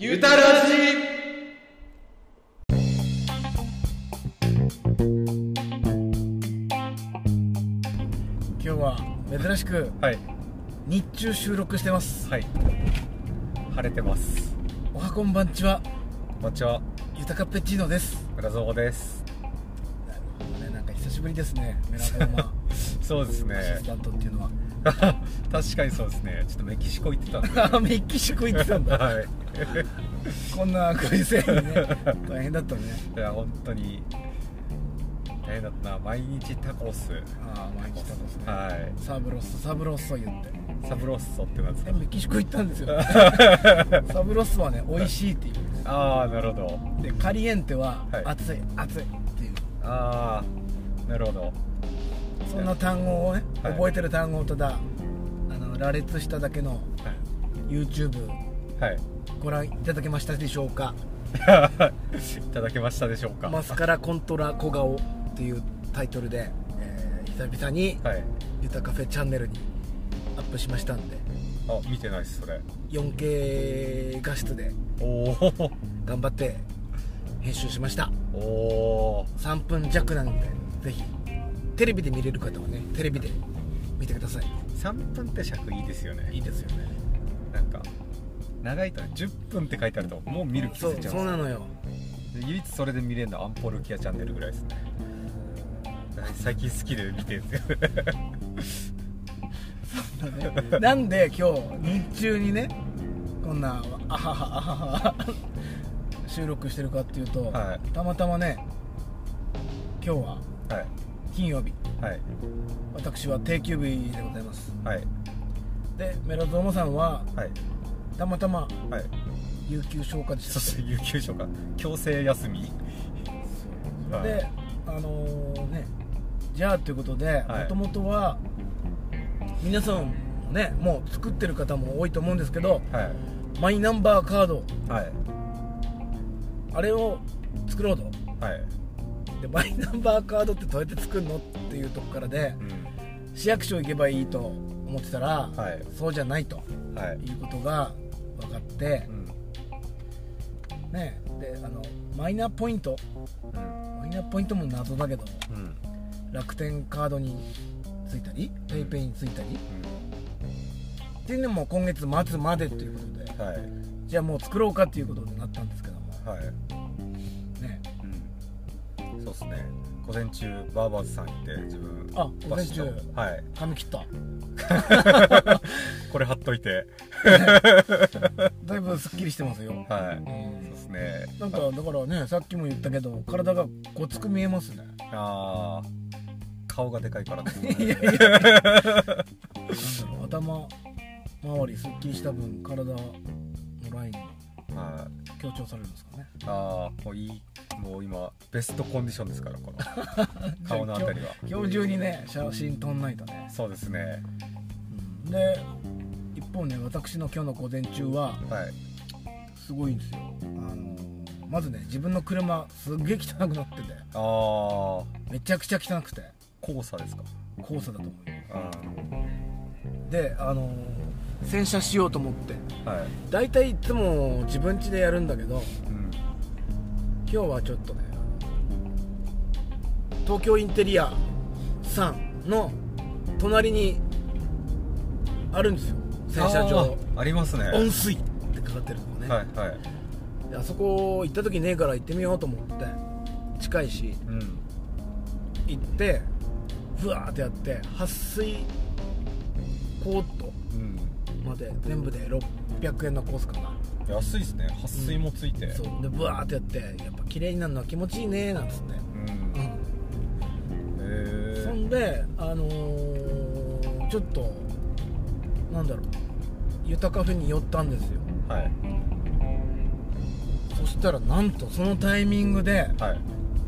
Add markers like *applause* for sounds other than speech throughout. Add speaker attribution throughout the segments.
Speaker 1: ゆたらじ
Speaker 2: 今日は珍しく
Speaker 1: はい
Speaker 2: 日中収録してます
Speaker 1: はい晴れてます
Speaker 2: おはこんばんちは
Speaker 1: こんにちは
Speaker 2: ゆたかペッチーノです
Speaker 1: 村蔵です
Speaker 2: なるほどねなんか久しぶりですねメラボーマ
Speaker 1: そうですね *laughs*
Speaker 2: アシスタントっていうのは
Speaker 1: 確かにそうですねちょっとメキシコ行ってたんで
Speaker 2: あメキシコ行ってたんだ
Speaker 1: はい
Speaker 2: こんなご時世にね大変だったね
Speaker 1: いや本当に大変だったな毎日タコス
Speaker 2: ああ毎日楽しね、
Speaker 1: は
Speaker 2: サブロッソサブロッソ言って
Speaker 1: いサブロッソってなんです
Speaker 2: え
Speaker 1: か
Speaker 2: メキシコ行ったんですよ
Speaker 1: *laughs*
Speaker 2: サブロッソはね美味しいっていう
Speaker 1: ああなるほど
Speaker 2: でカリエンテは
Speaker 1: はい
Speaker 2: 熱い熱いっていう
Speaker 1: ああなるほど
Speaker 2: そんな単語をね、
Speaker 1: はい
Speaker 2: 覚えてる単語をただあの羅列しただけの YouTube
Speaker 1: はい、 *laughs* はい
Speaker 2: ご覧いただけましたでしょうか
Speaker 1: いただけましたでしょうか、
Speaker 2: マスカラコントラ小顔っていうタイトルで、えー久々に
Speaker 1: はい
Speaker 2: 「ゆたカフェチャンネル」にアップしましたんで
Speaker 1: あ見てないっすそれ
Speaker 2: 4K 画質で
Speaker 1: おー
Speaker 2: 頑張って編集しました
Speaker 1: お
Speaker 2: 3分弱なんでぜひテレビで見れる方はねテレビで見てください
Speaker 1: 3分って尺いいですよね
Speaker 2: いいですよね
Speaker 1: なんか長いと10分って書いてあるともう見る気
Speaker 2: そ
Speaker 1: づ
Speaker 2: う
Speaker 1: いちゃ
Speaker 2: そううんなのよ
Speaker 1: ですよで唯一それで見れるのはアンポルキアチャンネルぐらいですね最近好きで見てるんですよ *laughs*
Speaker 2: *laughs* なんで今日日中にねこんなあははあはは収録してるかっていうと、
Speaker 1: は
Speaker 2: たまたまね今日は
Speaker 1: はい
Speaker 2: 金曜日
Speaker 1: はい
Speaker 2: 私は定休日でございます
Speaker 1: はい
Speaker 2: でメラゾーマさんは
Speaker 1: はい
Speaker 2: たまたま
Speaker 1: はい
Speaker 2: 有給消化でし
Speaker 1: そ
Speaker 2: た
Speaker 1: して有給消化強制休みはい
Speaker 2: であのーねじゃあということで
Speaker 1: はい
Speaker 2: もともとは皆さんもねもう作ってる方も多いと思うんですけど
Speaker 1: はい
Speaker 2: マイナンバーカード
Speaker 1: はい
Speaker 2: あれを作ろうと
Speaker 1: はい
Speaker 2: でマイナンバーカードってどうやって作るのっていうとこからで
Speaker 1: うん
Speaker 2: 市役所行けばいいと思ってたら、
Speaker 1: はい
Speaker 2: そうじゃないと
Speaker 1: はい
Speaker 2: いうことが分かって
Speaker 1: う、ん
Speaker 2: ねであのマイナポイント
Speaker 1: うん
Speaker 2: マイナポイントも謎だけど
Speaker 1: うん
Speaker 2: 楽天カードについたり PayPay についたりっていうのも今月末までということで
Speaker 1: うんはい
Speaker 2: じゃあもう作ろうかっていうことになったんですけども
Speaker 1: はい
Speaker 2: ね
Speaker 1: うんそうっすね午前中バーバーズさん行って自分
Speaker 2: あ午前中
Speaker 1: バシッとはい
Speaker 2: 髪切った
Speaker 1: これ貼っといて
Speaker 2: だいぶすっきりしてますよ、
Speaker 1: は
Speaker 2: う
Speaker 1: いそうっ
Speaker 2: ん、
Speaker 1: すね
Speaker 2: なんかだからねさっきも言ったけど体がごつく見えますね
Speaker 1: あー顔がでかいからです
Speaker 2: *laughs* い
Speaker 1: ね
Speaker 2: やいやなんだろう頭周りすっきりした分体のラインが
Speaker 1: はい
Speaker 2: 強調されるんですかね
Speaker 1: あーもういいもう今ベストコンディションですから
Speaker 2: *laughs*
Speaker 1: この顔のあたりは
Speaker 2: 今日中にね写真撮んないとね、
Speaker 1: そうですね
Speaker 2: で一方ね私の今日の午前中は
Speaker 1: はい
Speaker 2: すごいんですよあのまずね自分の車すっげえ汚くなってて
Speaker 1: ああ
Speaker 2: めちゃくちゃ汚くて
Speaker 1: 交差ですか
Speaker 2: 黄砂だと思うよ
Speaker 1: あ
Speaker 2: であの洗車しようと思って
Speaker 1: ーはい
Speaker 2: 大体いつも自分家でやるんだけど
Speaker 1: うん
Speaker 2: 今日はちょっとね東京インテリアさんの隣にあるんですよ洗車場
Speaker 1: あーありますね
Speaker 2: 温水ってかかってるのね、
Speaker 1: はいはい
Speaker 2: であそこ行った時ねえから行ってみようと思って近いし
Speaker 1: うん
Speaker 2: 行ってふわーってやって撥水コート
Speaker 1: うん
Speaker 2: まで全部で600円のコースかな
Speaker 1: 安いですね撥水もついて、うん、
Speaker 2: そうでブワーってやってやっぱ綺麗になるのは気持ちいいねなんつって、うん、
Speaker 1: へ
Speaker 2: そ
Speaker 1: え
Speaker 2: んであのーちょっとなんだろうゆたカフェに寄ったんですよ
Speaker 1: はい
Speaker 2: そしたらなんとそのタイミングで
Speaker 1: はい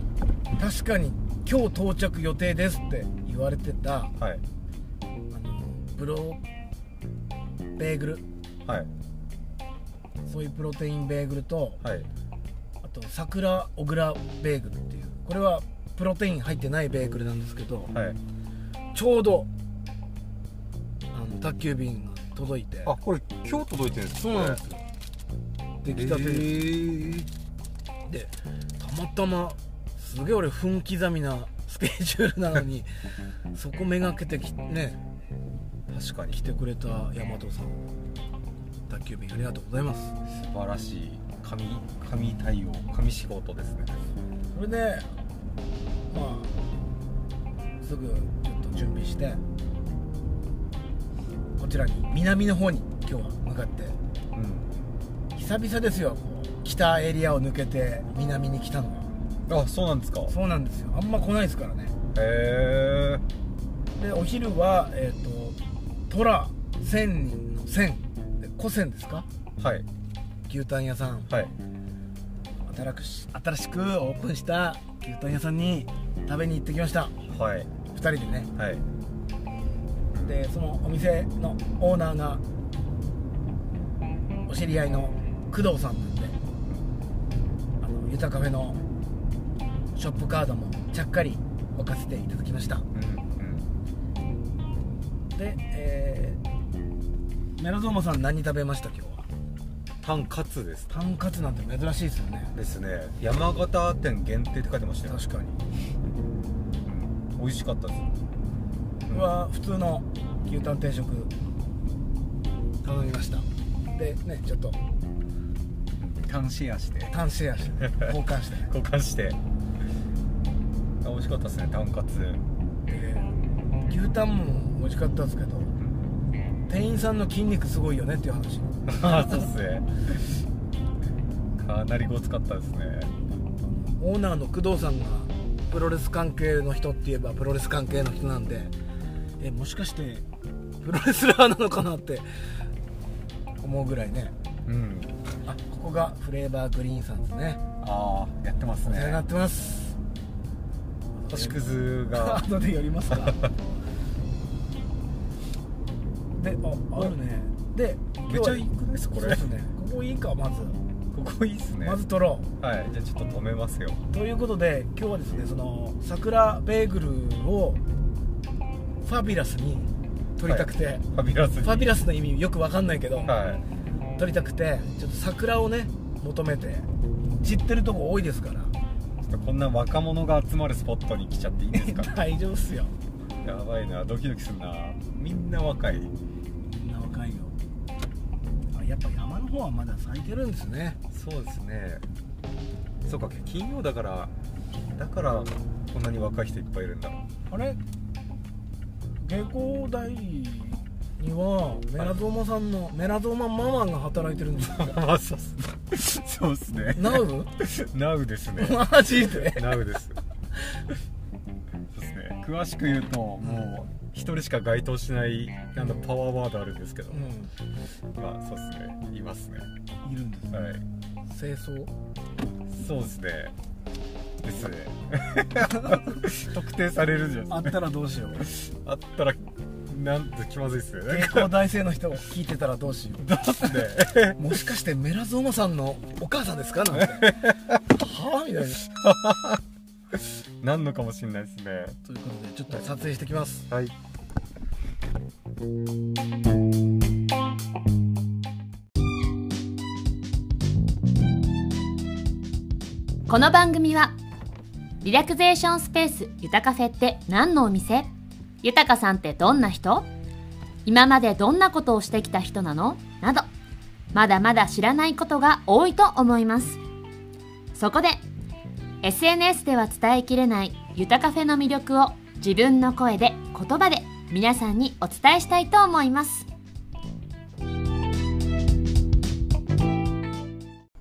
Speaker 2: 「確かに今日到着予定です」って言われてたあ
Speaker 1: はい
Speaker 2: のブロベーグル
Speaker 1: はい
Speaker 2: そういうプロテインベーグルと
Speaker 1: はい
Speaker 2: あと桜小倉ベーグルっていうこれはプロテイン入ってないベーグルなんですけど
Speaker 1: はい
Speaker 2: ちょうどあの宅急便が届いて
Speaker 1: あこれ今日届いてるんです
Speaker 2: そうなんですよ出来たてです、
Speaker 1: ー
Speaker 2: でたまたますげえ俺分刻みなスケジュールなのにそこめがけてきね
Speaker 1: 確かに
Speaker 2: 来てくれた大和さん宅急便ありがとうございます
Speaker 1: 素晴らしい神神対応神仕事ですね
Speaker 2: それでまあすぐちょっと準備してこちらに南の方に今日は向かって
Speaker 1: うん
Speaker 2: 久々ですよこう北エリアを抜けて南に来たのは
Speaker 1: あそうなんですかへ
Speaker 2: そうなんですよあんま来ないですからね
Speaker 1: え
Speaker 2: でお昼はえっ、と虎千人の千で古千ですか
Speaker 1: はい
Speaker 2: 牛タン屋さん
Speaker 1: はい
Speaker 2: 新し新しくオープンした牛タン屋さんに食べに行ってきました
Speaker 1: はい
Speaker 2: 2人でね
Speaker 1: はい
Speaker 2: でそのお店のオーナーがお知り合いの工藤さんなんであのゆたカフェのショップカードもちゃっかり置かせていただきました
Speaker 1: うん
Speaker 2: で、えーメロゾーマさん何食べました今日は
Speaker 1: うんタンカツです
Speaker 2: パンカツなんて珍しいですよね
Speaker 1: ですね山形店限定って書いてましたよ、
Speaker 2: 確かに
Speaker 1: うん、美味しかったです
Speaker 2: 僕は普通の牛タン定食頼みましたでねちょっと
Speaker 1: タンシェアして
Speaker 2: タンシェアして交換して
Speaker 1: 交換してあ美味しかったですねタンカツ、 *laughs*
Speaker 2: で牛タンも美味しかったですけど店員さんの筋肉すごいよねっていう話
Speaker 1: ああそうっすねかなりごつかったですね
Speaker 2: オーナーの工藤さんがプロレス関係の人って言えばプロレス関係の人なんでえもしかしてプロレスラーなのかなって思うぐらいね
Speaker 1: うん
Speaker 2: あここがフレーバーグリーンさんですね
Speaker 1: ああやってます
Speaker 2: お世話にな
Speaker 1: ね
Speaker 2: ってます
Speaker 1: 星屑 *laughs* が
Speaker 2: 後で寄りますかでああるねで
Speaker 1: めちゃいいくないですかこ
Speaker 2: そう
Speaker 1: れ
Speaker 2: っすねここいいかまず、
Speaker 1: ここいいっすね
Speaker 2: まず取ろ
Speaker 1: はいじゃあちょっと止めますよ
Speaker 2: うということで今日はですねその桜ベーグルをファビュラスに取りたくて、
Speaker 1: はいファビュラスに
Speaker 2: ファビュラスの意味よくわかんないけど、
Speaker 1: は
Speaker 2: 取りたくてちょっと桜をね求めて散ってるとこ多いですから
Speaker 1: いちょっとこんな若者が集まるスポットに来ちゃっていいです *laughs* か
Speaker 2: *laughs* 大丈夫っすよ
Speaker 1: やばいなドキドキするなみんな若い
Speaker 2: みんな若いよあやっぱ山の方はまだ咲いてるんですね
Speaker 1: そうですねそうか金曜だからだからこんなに若い人いっぱいいるん *laughs* だ
Speaker 2: あれ下校台にはメラゾーマさんのメラゾーマママンが働いてるんです *laughs* よ
Speaker 1: あそうっすね *laughs* そうっすね
Speaker 2: ナウ
Speaker 1: *laughs* ナウですね
Speaker 2: マジで
Speaker 1: ナウですそうですね詳しく言うともう一人しか該当しないあのパワーワードあるんですけど、
Speaker 2: う
Speaker 1: まあそうですねいますね
Speaker 2: んいるんです
Speaker 1: は
Speaker 2: 清掃
Speaker 1: いそうですねで
Speaker 2: *laughs*
Speaker 1: すね特定されるじゃん
Speaker 2: あったらどうしよう *laughs*
Speaker 1: あったらなんて気まずいっすねなんか
Speaker 2: 下校大生の人を聞いてたらどうしよ
Speaker 1: どうっすね
Speaker 2: *laughs* うもしかしてメラゾーマさんのお母さんですかなんてはあみたいな
Speaker 1: なんのかもしんないですね
Speaker 2: ということでちょっと撮影してきます
Speaker 1: はい
Speaker 3: この番組はリラクゼーションスペースゆたカフェって何のお店ゆたかさんってどんな人今までどんなことをしてきた人なのなどまだまだ知らないことが多いと思いますそこで SNS では伝えきれないゆたカフェの魅力を自分の声で言葉で皆さんにお伝えしたいと思います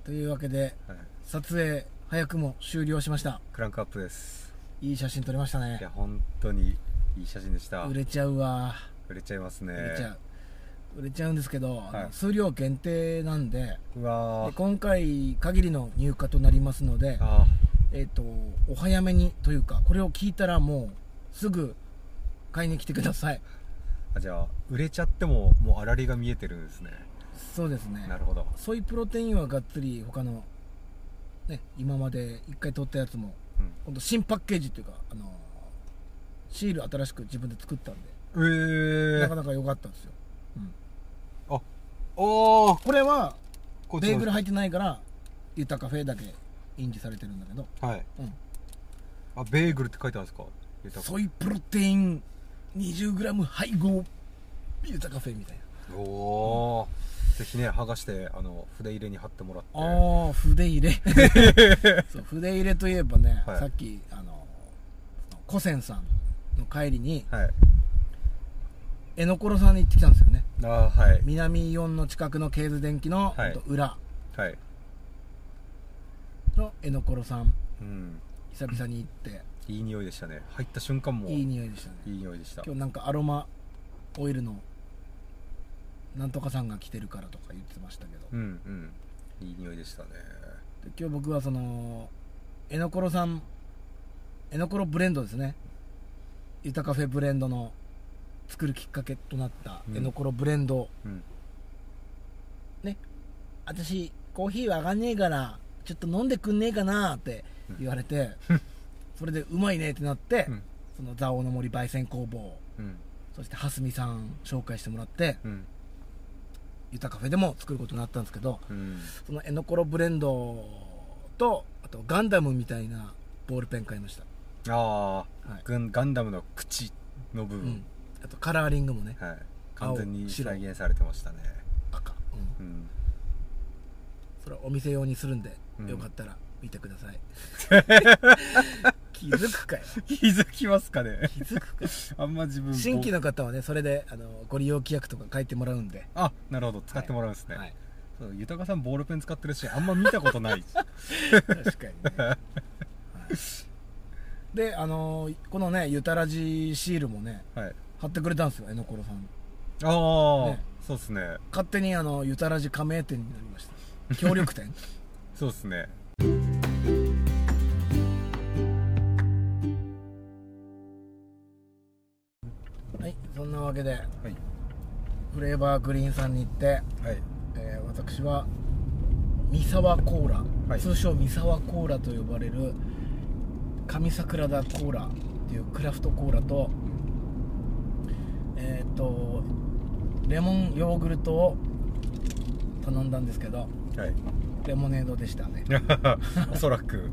Speaker 2: というわけで
Speaker 1: はい
Speaker 2: 撮影早くも終了しました
Speaker 1: クランクアップです
Speaker 2: いい写真撮れましたね
Speaker 1: いや本当にいい写真でした
Speaker 2: 売れちゃうわ
Speaker 1: 売れちゃいますね
Speaker 2: 売れちゃう、売れちゃうんですけど、
Speaker 1: はい
Speaker 2: 数量限定なんで
Speaker 1: うわ
Speaker 2: で
Speaker 1: ー
Speaker 2: 今回限りの入荷となりますので、
Speaker 1: あ
Speaker 2: えっとお早めにというかこれを聞いたらもうすぐ買いに来てください
Speaker 1: あじゃあ売れちゃってももうあらりが見えてるんですね
Speaker 2: そうですね
Speaker 1: なるほど
Speaker 2: ソイプロテインはがっつり他のね今まで一回取ったやつも
Speaker 1: うん
Speaker 2: 今度新パッケージというかあのシール新しく自分で作ったんで、
Speaker 1: ええ
Speaker 2: なかなか良かったんですよ
Speaker 1: おお
Speaker 2: これは
Speaker 1: こっち
Speaker 2: ベー
Speaker 1: の
Speaker 2: グル入ってないからユタカフェだけ印字されてるんだけど
Speaker 1: はい、
Speaker 2: うん
Speaker 1: あベーグルって書いてあるんですか豊か
Speaker 2: ソイプロテイン 20g 配合ユタカフェみたいな
Speaker 1: おおー、ぜひね剥がしてあの筆入れに貼ってもらって
Speaker 2: ああ筆
Speaker 1: *laughs*
Speaker 2: 入れそう筆入れといえばね、
Speaker 1: はい
Speaker 2: さっきあの古仙さんの帰りに
Speaker 1: はい
Speaker 2: 絵のころさんに行ってきたんですよね
Speaker 1: ああはい
Speaker 2: 南4の近くの経図電機の、
Speaker 1: はい
Speaker 2: ほんと裏
Speaker 1: はい
Speaker 2: の絵のころさん
Speaker 1: うん
Speaker 2: 久々に行って
Speaker 1: いい匂いでしたね入った瞬間も
Speaker 2: いい匂いでしたね
Speaker 1: いい匂いでした
Speaker 2: 今日なんかアロマオイルのなんとかさんが来てるからとか言ってましたけど、
Speaker 1: うんうんいい匂いでしたね
Speaker 2: で今日僕はその絵のころさん絵のころブレンドですねゆたカフェブレンドの作るきっかけとなった
Speaker 1: うん
Speaker 2: 絵のころブレンド、
Speaker 1: うん
Speaker 2: ね私コーヒーは上がんねえからちょっと飲んでくんねえかなって言われて、それでうまいねってなって、
Speaker 1: うん
Speaker 2: その蔵王の森焙煎工房
Speaker 1: うん
Speaker 2: そして蓮見さん紹介してもらって
Speaker 1: うん
Speaker 2: ゆたカフェでも作ることになったんですけど
Speaker 1: うん
Speaker 2: その絵のころブレンドとあとガンダムみたいなボールペン買いました
Speaker 1: ああ、
Speaker 2: はい
Speaker 1: ガンガンダムの口の部
Speaker 2: うん
Speaker 1: 分、、
Speaker 2: あとカラーリングもね
Speaker 1: はい完全に
Speaker 2: 青白
Speaker 1: 再現されてましたね
Speaker 2: 赤、うん
Speaker 1: うん
Speaker 2: それはお店用にするんで、
Speaker 1: うん
Speaker 2: よかったら見てくださ
Speaker 1: *laughs*
Speaker 2: い *laughs* 気づくかよ
Speaker 1: 気づきますかね
Speaker 2: 気づくかよ
Speaker 1: あんま自分
Speaker 2: 新規の方はねそれであのご利用規約とか書いてもらうんで、
Speaker 1: あなるほど使ってもらうんですね、
Speaker 2: はい、
Speaker 1: そう豊さんボールペン使ってるしあんま見たこと *laughs* ない *laughs*
Speaker 2: 確かにね、はいであのこのねゆたらじシールもね
Speaker 1: はい
Speaker 2: 貼ってくれたんですよえのころさん
Speaker 1: ああ、
Speaker 2: ね
Speaker 1: そうですね
Speaker 2: 勝手にあのゆたらじ加盟店になりました協力店
Speaker 1: そうですね
Speaker 2: はいそんなわけで
Speaker 1: はい
Speaker 2: フレーバーグリーンさんに行って、
Speaker 1: はい
Speaker 2: えー私は三沢コーラ、
Speaker 1: はい
Speaker 2: 通称三沢コーラと呼ばれる上桜田コーラっていうクラフトコーラとえっ、とレモンヨーグルトを頼んだんですけど
Speaker 1: はい *laughs*
Speaker 2: レモネードでしたね
Speaker 1: おそらく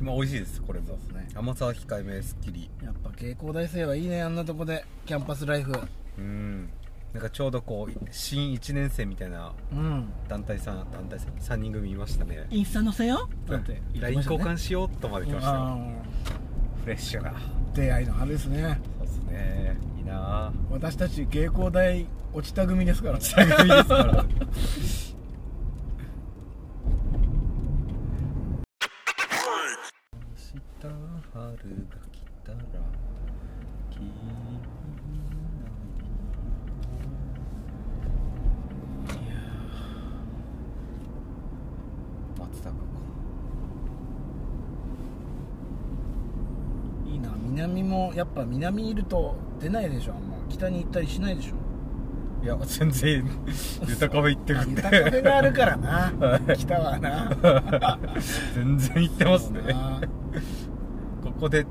Speaker 1: まあ美味しいですこれも
Speaker 2: すね
Speaker 1: 甘さは控えめすっきり
Speaker 2: やっぱ芸工大生はいいねあんなとこでキャンパスライフ
Speaker 1: うんなんかちょうどこう新1年生みたいな
Speaker 2: うん
Speaker 1: 団体さん団体さん3人組いましたね
Speaker 2: インスタ載せよだって
Speaker 1: うん
Speaker 2: 言って
Speaker 1: LINE
Speaker 2: ました
Speaker 1: 交
Speaker 2: ね
Speaker 1: 換しようとまで来ましたよ
Speaker 2: うん
Speaker 1: フレッシュな
Speaker 2: 出会いの春ですね
Speaker 1: そうですねいいなあ
Speaker 2: 私たち芸工大落ちた組ですからね
Speaker 1: 下組ですから明日春が来たら君の松坂か
Speaker 2: いいな南もやっぱ南いると出ないでしょあんま北に行ったりしないでしょ
Speaker 1: いや全然豊かめ行ってるんで
Speaker 2: 豊かめがあるからな北はな
Speaker 1: *laughs* 全然行ってますね
Speaker 2: そうな
Speaker 1: ここで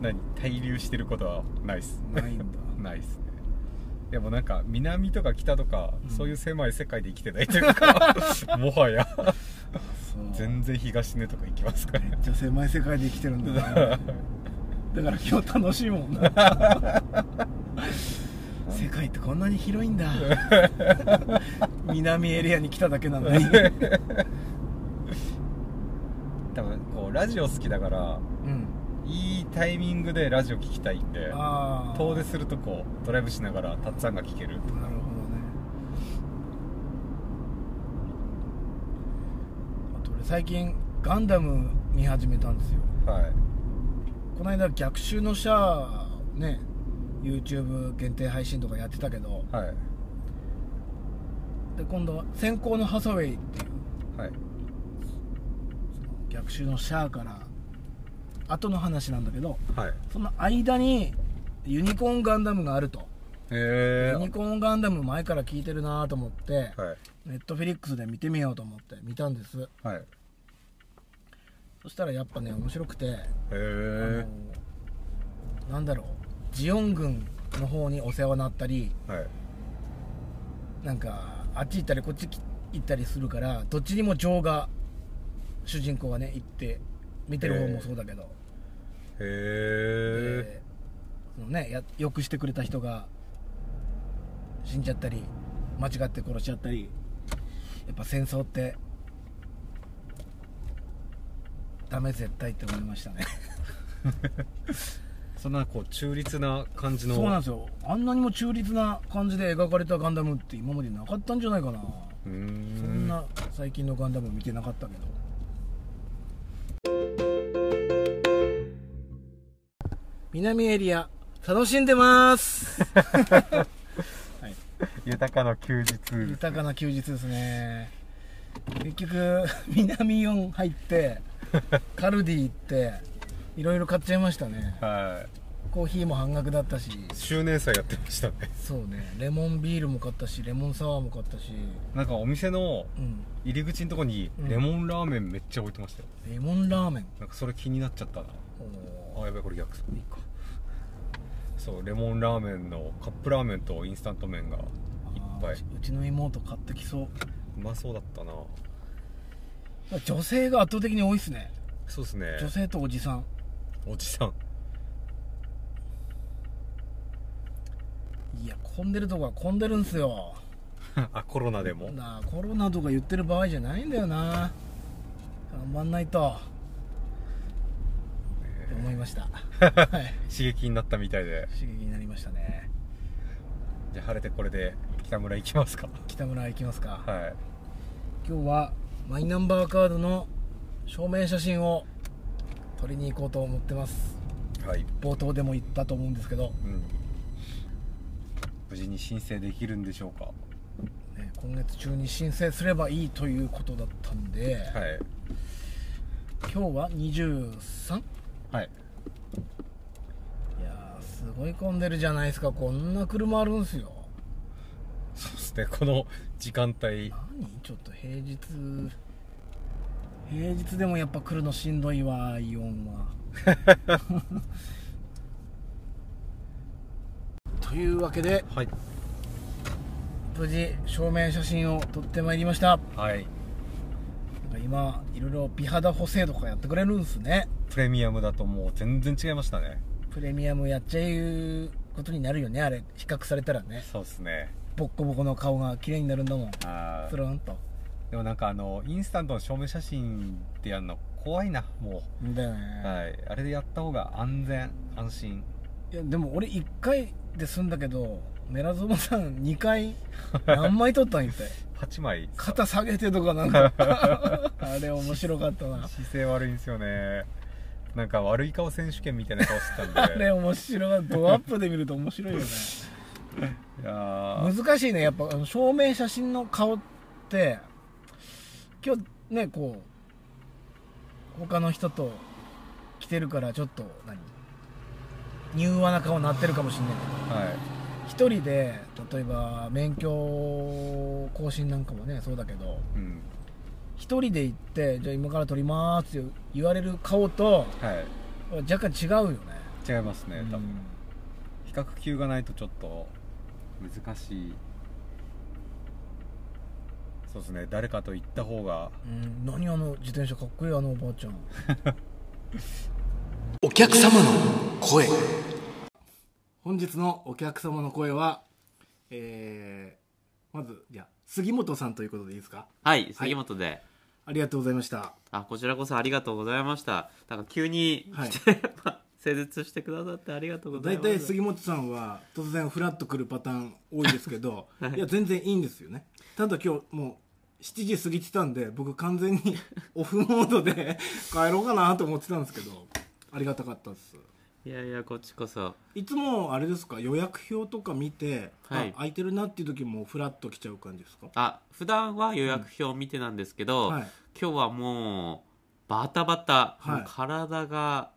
Speaker 1: 何滞留してることはないっす
Speaker 2: ないんだ
Speaker 1: *laughs* ないっすねでもなんか南とか北とか、
Speaker 2: うん
Speaker 1: そういう狭い世界で生きてないとい
Speaker 2: *laughs*
Speaker 1: うかもはや *laughs*
Speaker 2: そう
Speaker 1: 全然東根とか行きますから
Speaker 2: め
Speaker 1: ね
Speaker 2: っちゃ狭い世界で生きてるんだ *laughs* なだから今日楽しいもんな世界ってこんなに広いんだ *laughs* 南エリアに来ただけなの *laughs* に、
Speaker 1: *laughs* 多分こうラジオ好きだから
Speaker 2: うん、
Speaker 1: いいタイミングでラジオ聞きたいんで
Speaker 2: ああ
Speaker 1: 遠出するとこうドライブしながらたっつぁんが聞ける
Speaker 2: なるほどねあと俺最近ガンダム見始めたんですよ
Speaker 1: はい
Speaker 2: この間逆襲のシャアね YouTube 限定配信とかやってたけど
Speaker 1: はい
Speaker 2: で今度先行のハサウェイっていう
Speaker 1: はい
Speaker 2: 逆襲のシャアから後の話なんだけど
Speaker 1: はいへ
Speaker 2: その間にユニコーンガンダムがあると
Speaker 1: え
Speaker 2: ユニコーンガンダム前から聞いてるなと思って
Speaker 1: はい
Speaker 2: ネットフェリックスで見てみようと思って見たんです
Speaker 1: はいへ
Speaker 2: そしたらやっぱね面白くて、あ
Speaker 1: え
Speaker 2: のなんだろうジオン軍の方にお世話になったり
Speaker 1: はい
Speaker 2: なんかあっち行ったりこっち行ったりするからどっちにも情が主人公はね行って見てる方もそうだけど、
Speaker 1: へえ
Speaker 2: でそのねやよくしてくれた人が死んじゃったり間違って殺しちゃったりやっぱ戦争ってダメ絶対って思いましたね
Speaker 1: そんなこう中立な感じの
Speaker 2: そうなんですよあんなにも中立な感じで描かれたガンダムって今までなかったんじゃないかな
Speaker 1: うー
Speaker 2: そんな最近のガンダム見てなかったけど南エリア楽しんで
Speaker 1: *laughs*
Speaker 2: ます
Speaker 1: 豊かな休日
Speaker 2: 豊かな休日ですね結局南4入
Speaker 1: *laughs*
Speaker 2: ってカルディ行っていろいろ買っちゃいましたね
Speaker 1: は
Speaker 2: コーヒーも半額だったし
Speaker 1: い周年祭やってましたね
Speaker 2: そうねレモンビールも買ったしレモンサワーも買ったし
Speaker 1: なんかお店の
Speaker 2: うん
Speaker 1: 入り口のとこに
Speaker 2: うん
Speaker 1: レモンラーメンめっちゃ置いてましたよ、
Speaker 2: レモンラーメン
Speaker 1: なんかそれ気になっちゃったな
Speaker 2: お
Speaker 1: あやべえこれ逆算でいいかそうレモンラーメンのカップラーメンとインスタント麺がいっ
Speaker 2: ー
Speaker 1: ぱいう
Speaker 2: ちうちの妹買ってきそう
Speaker 1: まそうだったな
Speaker 2: 女性が圧倒的に多いですね
Speaker 1: そうですね
Speaker 2: 女性とおじさん
Speaker 1: おじさん *laughs*
Speaker 2: いや混んでるとこは混んでるんすよ
Speaker 1: あコロナでも
Speaker 2: なあコロナとか言ってる場合じゃないんだよな頑張んないとって思いました
Speaker 1: *laughs*
Speaker 2: はい
Speaker 1: 刺激になったみたいで
Speaker 2: 刺激になりましたね
Speaker 1: じゃあ晴れてこれで北村行きますか *laughs*
Speaker 2: 北村行きますか
Speaker 1: はい
Speaker 2: 今日はマイナンバーカードの証明写真を撮りに行こうと思ってます
Speaker 1: はい、
Speaker 2: 冒頭でも言ったと思うんですけど、
Speaker 1: うん、無事に申請できるんでしょうか
Speaker 2: ね今月中に申請すればいいということだったんで、
Speaker 1: はい
Speaker 2: 今日は 23?
Speaker 1: は
Speaker 2: い
Speaker 1: い
Speaker 2: やーすごい混んでるじゃないですかこんな車あるんすよ
Speaker 1: そうですねこの時間帯
Speaker 2: 何ちょっと平日平日でもやっぱ来るのしんどいわイオンは *laughs* というわけで
Speaker 1: はい
Speaker 2: 無事証明写真を撮ってまいりました
Speaker 1: はい
Speaker 2: なんか今いろいろ美肌補正とかやってくれるんすね
Speaker 1: プレミアムだともう全然違いましたね
Speaker 2: プレミアムやっちゃうことになるよねあれ比較されたらね
Speaker 1: そうですね
Speaker 2: ボッコボコの顔が綺麗になるんだもん
Speaker 1: あ
Speaker 2: スルンと
Speaker 1: でもなんかあのインスタントの証明写真ってやるの怖いなも
Speaker 2: だよ
Speaker 1: う、
Speaker 2: ね、
Speaker 1: はい、あれでやった方が安全安心
Speaker 2: い、やでも俺1回で済んだけどメラゾマさん2回何枚撮ったん一体
Speaker 1: 8枚
Speaker 2: 肩下げてとかなんかあれ面白かったな
Speaker 1: 姿勢悪いんですよねなんか悪い顔選手権みたいな顔してた *laughs* んで
Speaker 2: あれ面白かったドアップで見ると面白いよね
Speaker 1: いやー
Speaker 2: 難しいねやっぱあの証明写真の顔って今日ねこう他の人と来てるからちょっと何柔和な顔になってるかもしんないけど
Speaker 1: はい
Speaker 2: 一人で例えば免許更新なんかもねそうだけど
Speaker 1: うん
Speaker 2: 一人で行ってじゃあ今から撮りますって言われる顔と
Speaker 1: はい
Speaker 2: 若干違うよね
Speaker 1: 違いますね多
Speaker 2: う
Speaker 1: 分
Speaker 2: ん
Speaker 1: 比較級がないとちょっと難しいそうですね誰かと行った方が
Speaker 2: うん、何あの自転車かっこいいあのおばあちゃ *laughs* ん
Speaker 4: お客様の声。
Speaker 2: 本日のお客様の声はえー、まずじゃあ杉本さんということでいいですか
Speaker 5: はい、杉本で。
Speaker 2: ありがとうございました
Speaker 5: あ、こちらこそありがとうございました。なんか急に *laughs*
Speaker 2: はい
Speaker 5: 来て、まあ施術してくださってありがとうござい
Speaker 2: 大
Speaker 5: ます。
Speaker 2: 体杉本さんは突然フラッとくるパターン多いですけ *laughs* ど、い、や全然いいんですよねただ今日もう7時過ぎてたんで僕完全にオフモードで *laughs* 帰ろうかなと思ってたんですけどありがたかったです
Speaker 5: いやいや、こっちこそ。
Speaker 2: いつもあれですか予約表とか見て、
Speaker 5: はい
Speaker 2: あ空いてるなっていう時もフラッと来ちゃう感じですか
Speaker 5: あ、普段は予約表を見てなんですけど、
Speaker 2: はい
Speaker 5: 今日はもう、バタバタ、
Speaker 2: はい
Speaker 5: もう体が、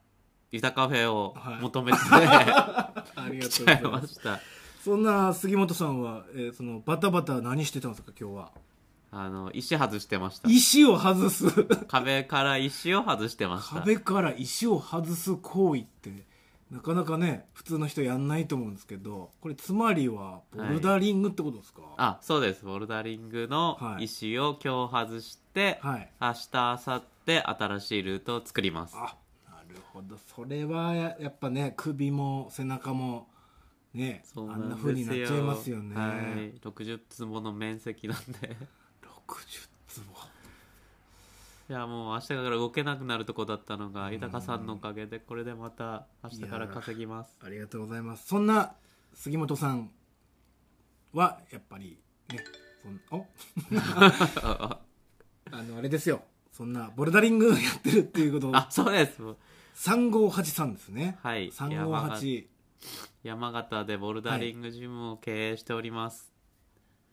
Speaker 5: ユタカフェを
Speaker 2: はい
Speaker 5: 求めて、 *laughs*
Speaker 2: ありがと
Speaker 5: 来
Speaker 2: う
Speaker 5: ち
Speaker 2: ご
Speaker 5: ゃ
Speaker 2: ざ
Speaker 5: い
Speaker 2: いま
Speaker 5: ますした。
Speaker 2: *laughs* そんな杉本さんは、えーそのバタバタ何してたんですか今日は
Speaker 5: あの、石外してました。
Speaker 2: 石を外す
Speaker 5: 壁から石を外してました。
Speaker 2: 壁から石を外す行為ってなかなかね普通の人やんないと思うんですけどこれつまりはボルダリングってことですか、は
Speaker 5: あそうですボルダリングの
Speaker 2: はい
Speaker 5: 石を今日外して、
Speaker 2: い、
Speaker 5: 明日明後日新しいルートを作ります
Speaker 2: あなるほどそれはややっぱね首も背中もね
Speaker 5: そう
Speaker 2: あ
Speaker 5: なんん
Speaker 2: な
Speaker 5: ですよ
Speaker 2: 風になっちゃいますよね、
Speaker 5: はい、60坪の面積なんで *laughs*
Speaker 2: 60坪
Speaker 5: いやもう明日から動けなくなるとこだったのが豊さんのおかげでこれでまた明日から稼ぎます
Speaker 2: ありがとうございます。そんな杉本さんはやっぱりね、そんおあのあれですよ。そんなボルダリングやってるっていうこと、
Speaker 5: *laughs* あそうですもう
Speaker 2: 三五八さんですね。
Speaker 5: はい
Speaker 2: 三五
Speaker 5: 山が
Speaker 2: 八
Speaker 5: 山形でボルダリングジムを経営しております、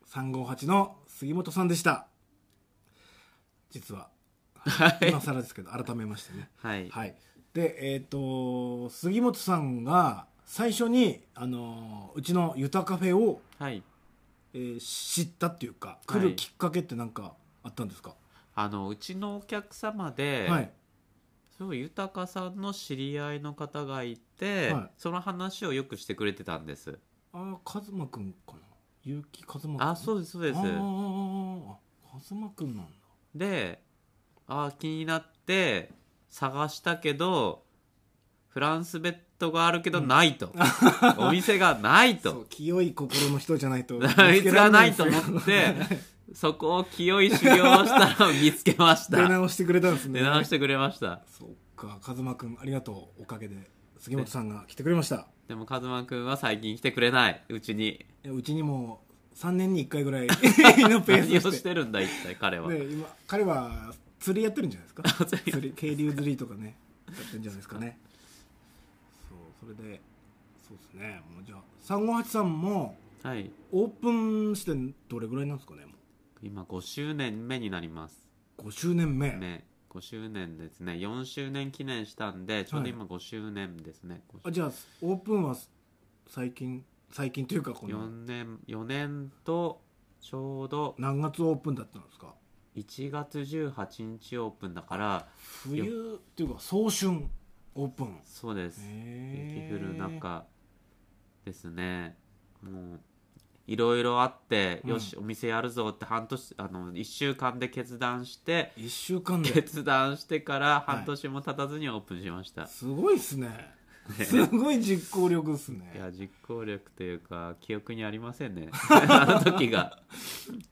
Speaker 2: 三五八の杉本さんでした。実は、今更ですけど改めましてね。
Speaker 5: はい、
Speaker 2: はい。でえっ、と杉本さんが最初にあのうちのユタカフェを
Speaker 5: はい、
Speaker 2: えー知ったっていうか
Speaker 5: はい
Speaker 2: 来るきっかけって何かあったんですか、
Speaker 5: あのうちのお客様で、
Speaker 2: はい
Speaker 5: すごい豊さんの知り合いの方がいて、
Speaker 2: はい
Speaker 5: その話をよくしてくれてたんです
Speaker 2: ああ和真くんかな結城和真くん
Speaker 5: あそううですそうです
Speaker 2: あーあ和真くんなんだ
Speaker 5: であー気になって探したけどフランスベッドがあるけどない *laughs* と、お店がない
Speaker 2: そう
Speaker 5: と
Speaker 2: 清い心の人じゃないと
Speaker 5: *laughs* あいつがないと
Speaker 2: 見
Speaker 5: 思
Speaker 2: つけられ
Speaker 5: ってそこを清い修行をしたら見つけました
Speaker 2: 出直してくれたんですね
Speaker 5: *laughs* 出直してくれました
Speaker 2: そっか和真くんありがとうおかげで杉本さんが来てくれました
Speaker 5: でもカズマくんは最近来てくれないうちに
Speaker 2: いやうちにも3年に1回ぐ
Speaker 5: *laughs*
Speaker 2: らいのペース
Speaker 5: 何
Speaker 2: で
Speaker 5: をしてるんだ一体彼は、
Speaker 2: ね、今彼は釣りやってるんじゃないですか
Speaker 5: 釣り
Speaker 2: 釣り渓流釣りとかねやってるんじゃないですかねそうそれでそうですねもうじゃあ358さんも
Speaker 5: はい
Speaker 2: オープンしてどれぐらいなんですかねも
Speaker 5: 今5周年目になります
Speaker 2: う5周年目、
Speaker 5: ね5周年ですね4周年記念したんでちょうど今5周年ですね、
Speaker 2: あじゃあオープンは最近最近というかこの
Speaker 5: 4年4年とちょうど
Speaker 2: 何月オープンだったんですか
Speaker 5: 1月18日オープンだから
Speaker 2: 冬っていうか早春オープン
Speaker 5: そうです
Speaker 2: へ
Speaker 5: 雪
Speaker 2: ー
Speaker 5: 降る中ですねもういろいろあって、
Speaker 2: うん
Speaker 5: よしお店やるぞって半年あの1週間で決断して
Speaker 2: 1週間で
Speaker 5: 決断してから半年も経たずにオープンしました、
Speaker 2: すごいっすねすごい実行力っすね
Speaker 5: いや実行力というか記憶にありません
Speaker 2: *laughs*
Speaker 5: ねあの時が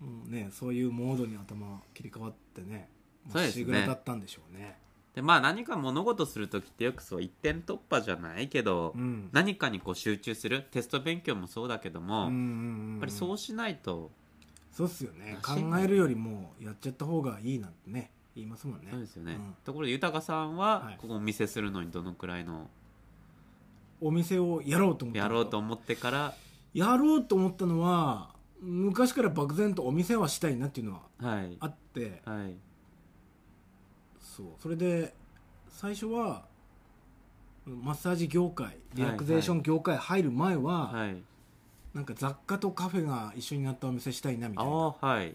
Speaker 2: もうね、そういうモードに頭切り替わってね、も
Speaker 5: そうですね
Speaker 2: しぐらだったんでしょうね。
Speaker 5: でまあ何か物事する時ってよくそう一点突破じゃないけど、
Speaker 2: うん。
Speaker 5: 何かにこう集中するテスト勉強もそうだけども、
Speaker 2: うんうん
Speaker 5: や
Speaker 2: うん、や
Speaker 5: っぱりそうしないと、
Speaker 2: そうっすよね。考
Speaker 5: らしいね
Speaker 2: えるよりもやっちゃった方がいいなんてね、言いますもんね。
Speaker 5: そうですよね、
Speaker 2: うん
Speaker 5: ところで豊さん
Speaker 2: は
Speaker 5: はいここお見せするのにどのくらいの
Speaker 2: お店をやろうと思った
Speaker 5: や
Speaker 2: の
Speaker 5: ろうと思ってから、
Speaker 2: やろうと思ったのは、昔から漠然とお店はしたいなっていうのは
Speaker 5: はい
Speaker 2: あって、
Speaker 5: はい
Speaker 2: そう。それで、最初は、マッサージ業界、リラクゼーション業界入る前は、
Speaker 5: はい
Speaker 2: なんか雑貨とカフェが一緒になったお店したいなみた
Speaker 5: あ
Speaker 2: いな。
Speaker 5: あはい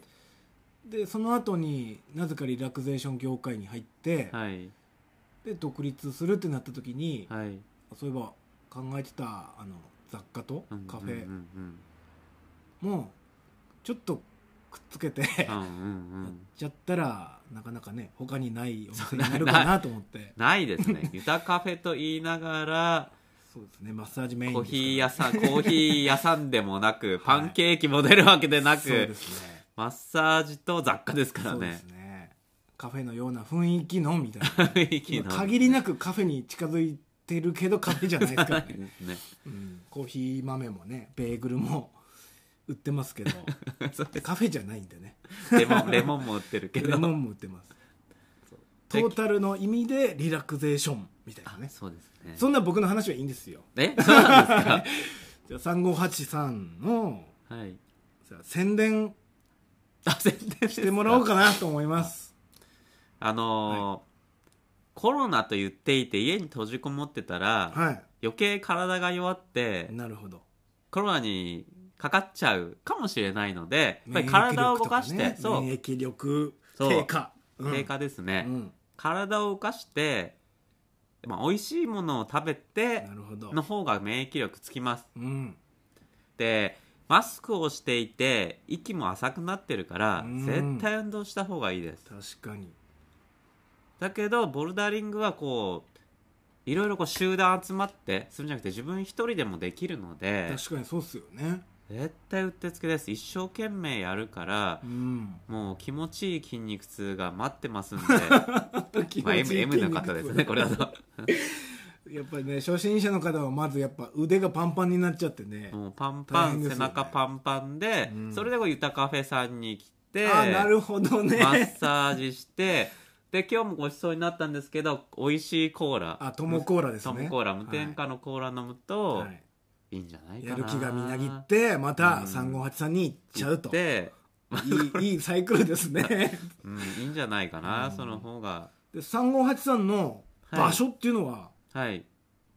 Speaker 2: でその後になぜかリラクゼーション業界に入って、
Speaker 5: はい
Speaker 2: で独立するってなった時に、
Speaker 5: はい
Speaker 2: そういえば考えてたあの雑貨と
Speaker 5: うん
Speaker 2: カフ
Speaker 5: う
Speaker 2: ェ
Speaker 5: んうん
Speaker 2: もちょっとくっつけて、
Speaker 5: うんう
Speaker 2: やっ
Speaker 5: んうんうん
Speaker 2: ちゃったらなかなかね他にないお店になるかなと思って
Speaker 5: ないで
Speaker 2: *laughs*
Speaker 5: すね豊カフェと言いながら
Speaker 2: そうですねマッサージメイン
Speaker 5: コー
Speaker 2: です
Speaker 5: ヒ
Speaker 2: から
Speaker 5: ー
Speaker 2: *laughs*
Speaker 5: 屋さんコーヒー屋さんでもなく、パンケーキも出るわけでな
Speaker 2: そうで
Speaker 5: く
Speaker 2: すね
Speaker 5: マッサージと雑貨ですから
Speaker 2: そうで
Speaker 5: ね
Speaker 2: すねカフェのような *laughs* 雰囲気のみたいな
Speaker 5: *laughs* 雰囲気の
Speaker 2: 限りなくカフェに近づいてるけどカフェじゃないですから *laughs* ね
Speaker 5: ですね
Speaker 2: うんコーヒー豆もねベーグルも売ってます *laughs* けど
Speaker 5: そうで
Speaker 2: カフェじゃないんでね
Speaker 5: すレモンレ *laughs* モンも売ってるけど
Speaker 2: レモンも売ってますトータルの意味でリラクゼーションみたいなね
Speaker 5: そうですね
Speaker 2: そんな僕の話はいいんですよ
Speaker 5: え *laughs* そうなんですか
Speaker 2: じゃあ358さんの
Speaker 5: はい
Speaker 2: さ宣伝
Speaker 5: あ宣伝です
Speaker 2: してもらおうかなと思います
Speaker 5: あのーコロナと言っていて家に閉じこもってたら、
Speaker 2: は
Speaker 5: 余計体が弱っ
Speaker 2: い
Speaker 5: て
Speaker 2: なるほど
Speaker 5: コロナにかかっちゃうかもしれないのでやっぱ
Speaker 2: 免疫力
Speaker 5: り体を動
Speaker 2: と
Speaker 5: か
Speaker 2: ね
Speaker 5: してそう
Speaker 2: 免疫力
Speaker 5: そう
Speaker 2: 低下うん
Speaker 5: 低下ですね、
Speaker 2: うん
Speaker 5: 体を動かしてまあ、美味しいものを食べて
Speaker 2: なるほど
Speaker 5: の方が免疫力つきます
Speaker 2: うん
Speaker 5: でマスクをしていて息も浅くなってるから
Speaker 2: うん
Speaker 5: 絶対運動した方がいいです
Speaker 2: 確かに
Speaker 5: だけどボルダリングはこういろいろこう集団集まってするんじゃなくて自分一人でもできるので
Speaker 2: 確かにそうっすよね
Speaker 5: 絶対うってつけです一生懸命やるから
Speaker 2: うん
Speaker 5: もう気持ちいい筋肉痛が待って
Speaker 2: *laughs*
Speaker 5: ますんで
Speaker 2: あと気
Speaker 5: まあ M,
Speaker 2: いい
Speaker 5: M の方ですねこれは
Speaker 2: やっぱりね初心者の方はまずやっぱ腕がパンパンになっちゃってね
Speaker 5: もうパンパ
Speaker 2: 大変
Speaker 5: ン、
Speaker 2: です
Speaker 5: 背
Speaker 2: よね
Speaker 5: 中パンパンで、
Speaker 2: うん
Speaker 5: それでこうゆたカフェさんに来て
Speaker 2: あなるほどね
Speaker 5: マッサージしてで今日もごちそうになったんですけど美味しいコーラ
Speaker 2: あトモコーラですね
Speaker 5: トモコーラ
Speaker 2: はい
Speaker 5: 無添加のコーラ飲むと、
Speaker 2: はい
Speaker 5: い、いんじゃないかな
Speaker 2: やる気がみなぎってまた
Speaker 5: うん
Speaker 2: 3583に行っちゃうとい
Speaker 5: で、
Speaker 2: いいいサイクルですね
Speaker 5: うん、いいんじゃない
Speaker 2: *laughs*
Speaker 5: かな、その方が
Speaker 2: で3583の場所っていうのは
Speaker 5: はい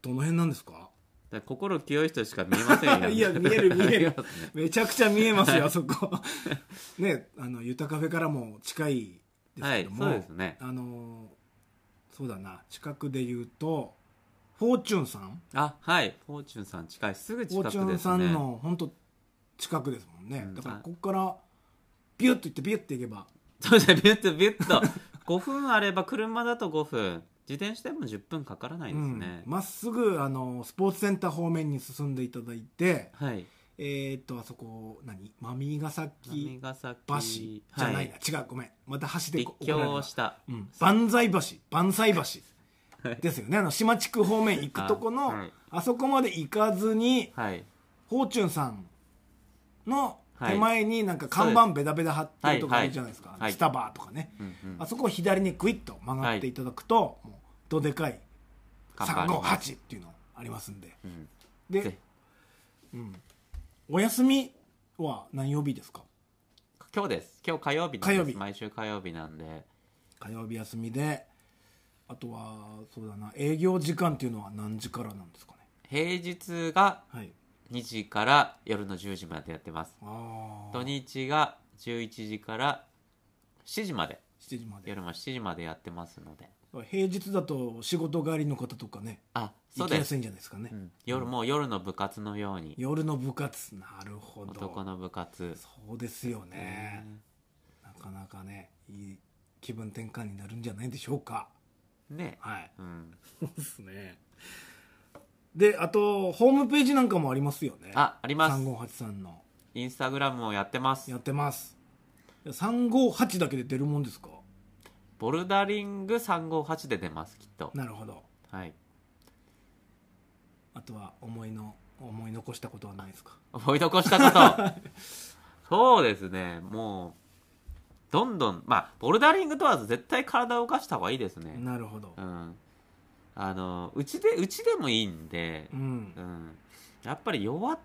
Speaker 2: どの辺なんですか、
Speaker 5: だから心清い人しか見えませんよ
Speaker 2: *laughs* いや見える見える
Speaker 5: 見ますね
Speaker 2: めちゃくちゃ見えますよあそこねあのゆたカフェからも近いです
Speaker 5: *laughs* は
Speaker 2: け
Speaker 5: い
Speaker 2: ども、
Speaker 5: そうですね
Speaker 2: あのそうだな近くで言うとフォーチュンさん
Speaker 5: あはいフォーチュンさん近いすぐ
Speaker 2: フ
Speaker 5: 近
Speaker 2: ォ
Speaker 5: く
Speaker 2: ー
Speaker 5: です
Speaker 2: チ
Speaker 5: ね
Speaker 2: ュンさんの本当近くですもんね、
Speaker 5: うん
Speaker 2: だからここからビュッと行ってビュッて行けば
Speaker 5: そうですね、ビュッとビュッと。5分 *laughs* あれば、車だと5分。自転車でも10分かからないですね。
Speaker 2: うんまっすぐあのスポーツセンター方面に進んでいただいて
Speaker 5: はい。
Speaker 2: えー、っとあそこ何狸ヶ崎
Speaker 5: 神ヶ崎。
Speaker 2: 橋じゃないな、
Speaker 5: はい。
Speaker 2: 違うごめんまた橋で
Speaker 5: 立
Speaker 2: こ
Speaker 5: 教した。
Speaker 2: うん万歳橋万歳橋ですよねあの島地区方面行くとこの
Speaker 5: あはい
Speaker 2: あそこまで行かずに
Speaker 5: はい。
Speaker 2: フォーチュンさんの
Speaker 5: はい
Speaker 2: 手前になんか看板ベタベタ貼ってるとこ
Speaker 5: はい
Speaker 2: あるじゃないですか、
Speaker 5: はい
Speaker 2: スタバーとかね、
Speaker 5: うんうん
Speaker 2: あそこを左にクイッと曲がっていただくと、もうどでかい
Speaker 5: 看板あります
Speaker 2: 358っていうのありますんで
Speaker 5: うん
Speaker 2: で
Speaker 5: ぜ、
Speaker 2: うん、お休みは何曜日ですか
Speaker 5: 今日です。今日火曜日なんです
Speaker 2: 火曜日
Speaker 5: 毎週火曜日なんで。
Speaker 2: 火曜日休みであとはそうだな営業時間っていうのは何時からなんですかね
Speaker 5: 平日が
Speaker 2: はい
Speaker 5: 2時から夜の10時までやってます。
Speaker 2: ああ
Speaker 5: 土日が11時から7時まで。
Speaker 2: 7時まで
Speaker 5: 夜も7時までやってますので。
Speaker 2: 平日だと仕事帰りの方とかね
Speaker 5: あ、
Speaker 2: 行
Speaker 5: そう
Speaker 2: き
Speaker 5: で
Speaker 2: や
Speaker 5: す。
Speaker 2: すいんじゃないですかね、
Speaker 5: うん夜もう夜の部活のように。
Speaker 2: 夜の部活なるほど
Speaker 5: 男の部活
Speaker 2: そうですよねなかなかねいい気分転換になるんじゃないでしょうか
Speaker 5: ね
Speaker 2: はい
Speaker 5: うん
Speaker 2: そうですねであとホームページなんかもありますよね
Speaker 5: ああります
Speaker 2: 358の
Speaker 5: インスタグラムをやってます
Speaker 2: やってます358だけで出るもんですか
Speaker 5: ボルダリング358で出ますきっと
Speaker 2: なるほど
Speaker 5: はい
Speaker 2: あとは思いの思い残したことはないですか
Speaker 5: 思い残したことそうですねもうどんどんまあボルダリング問わず絶対体を動かした方がいいですね
Speaker 2: なるほど
Speaker 5: うんあのうちでうちでもいいんで
Speaker 2: う、ん
Speaker 5: うん、やっぱり弱っ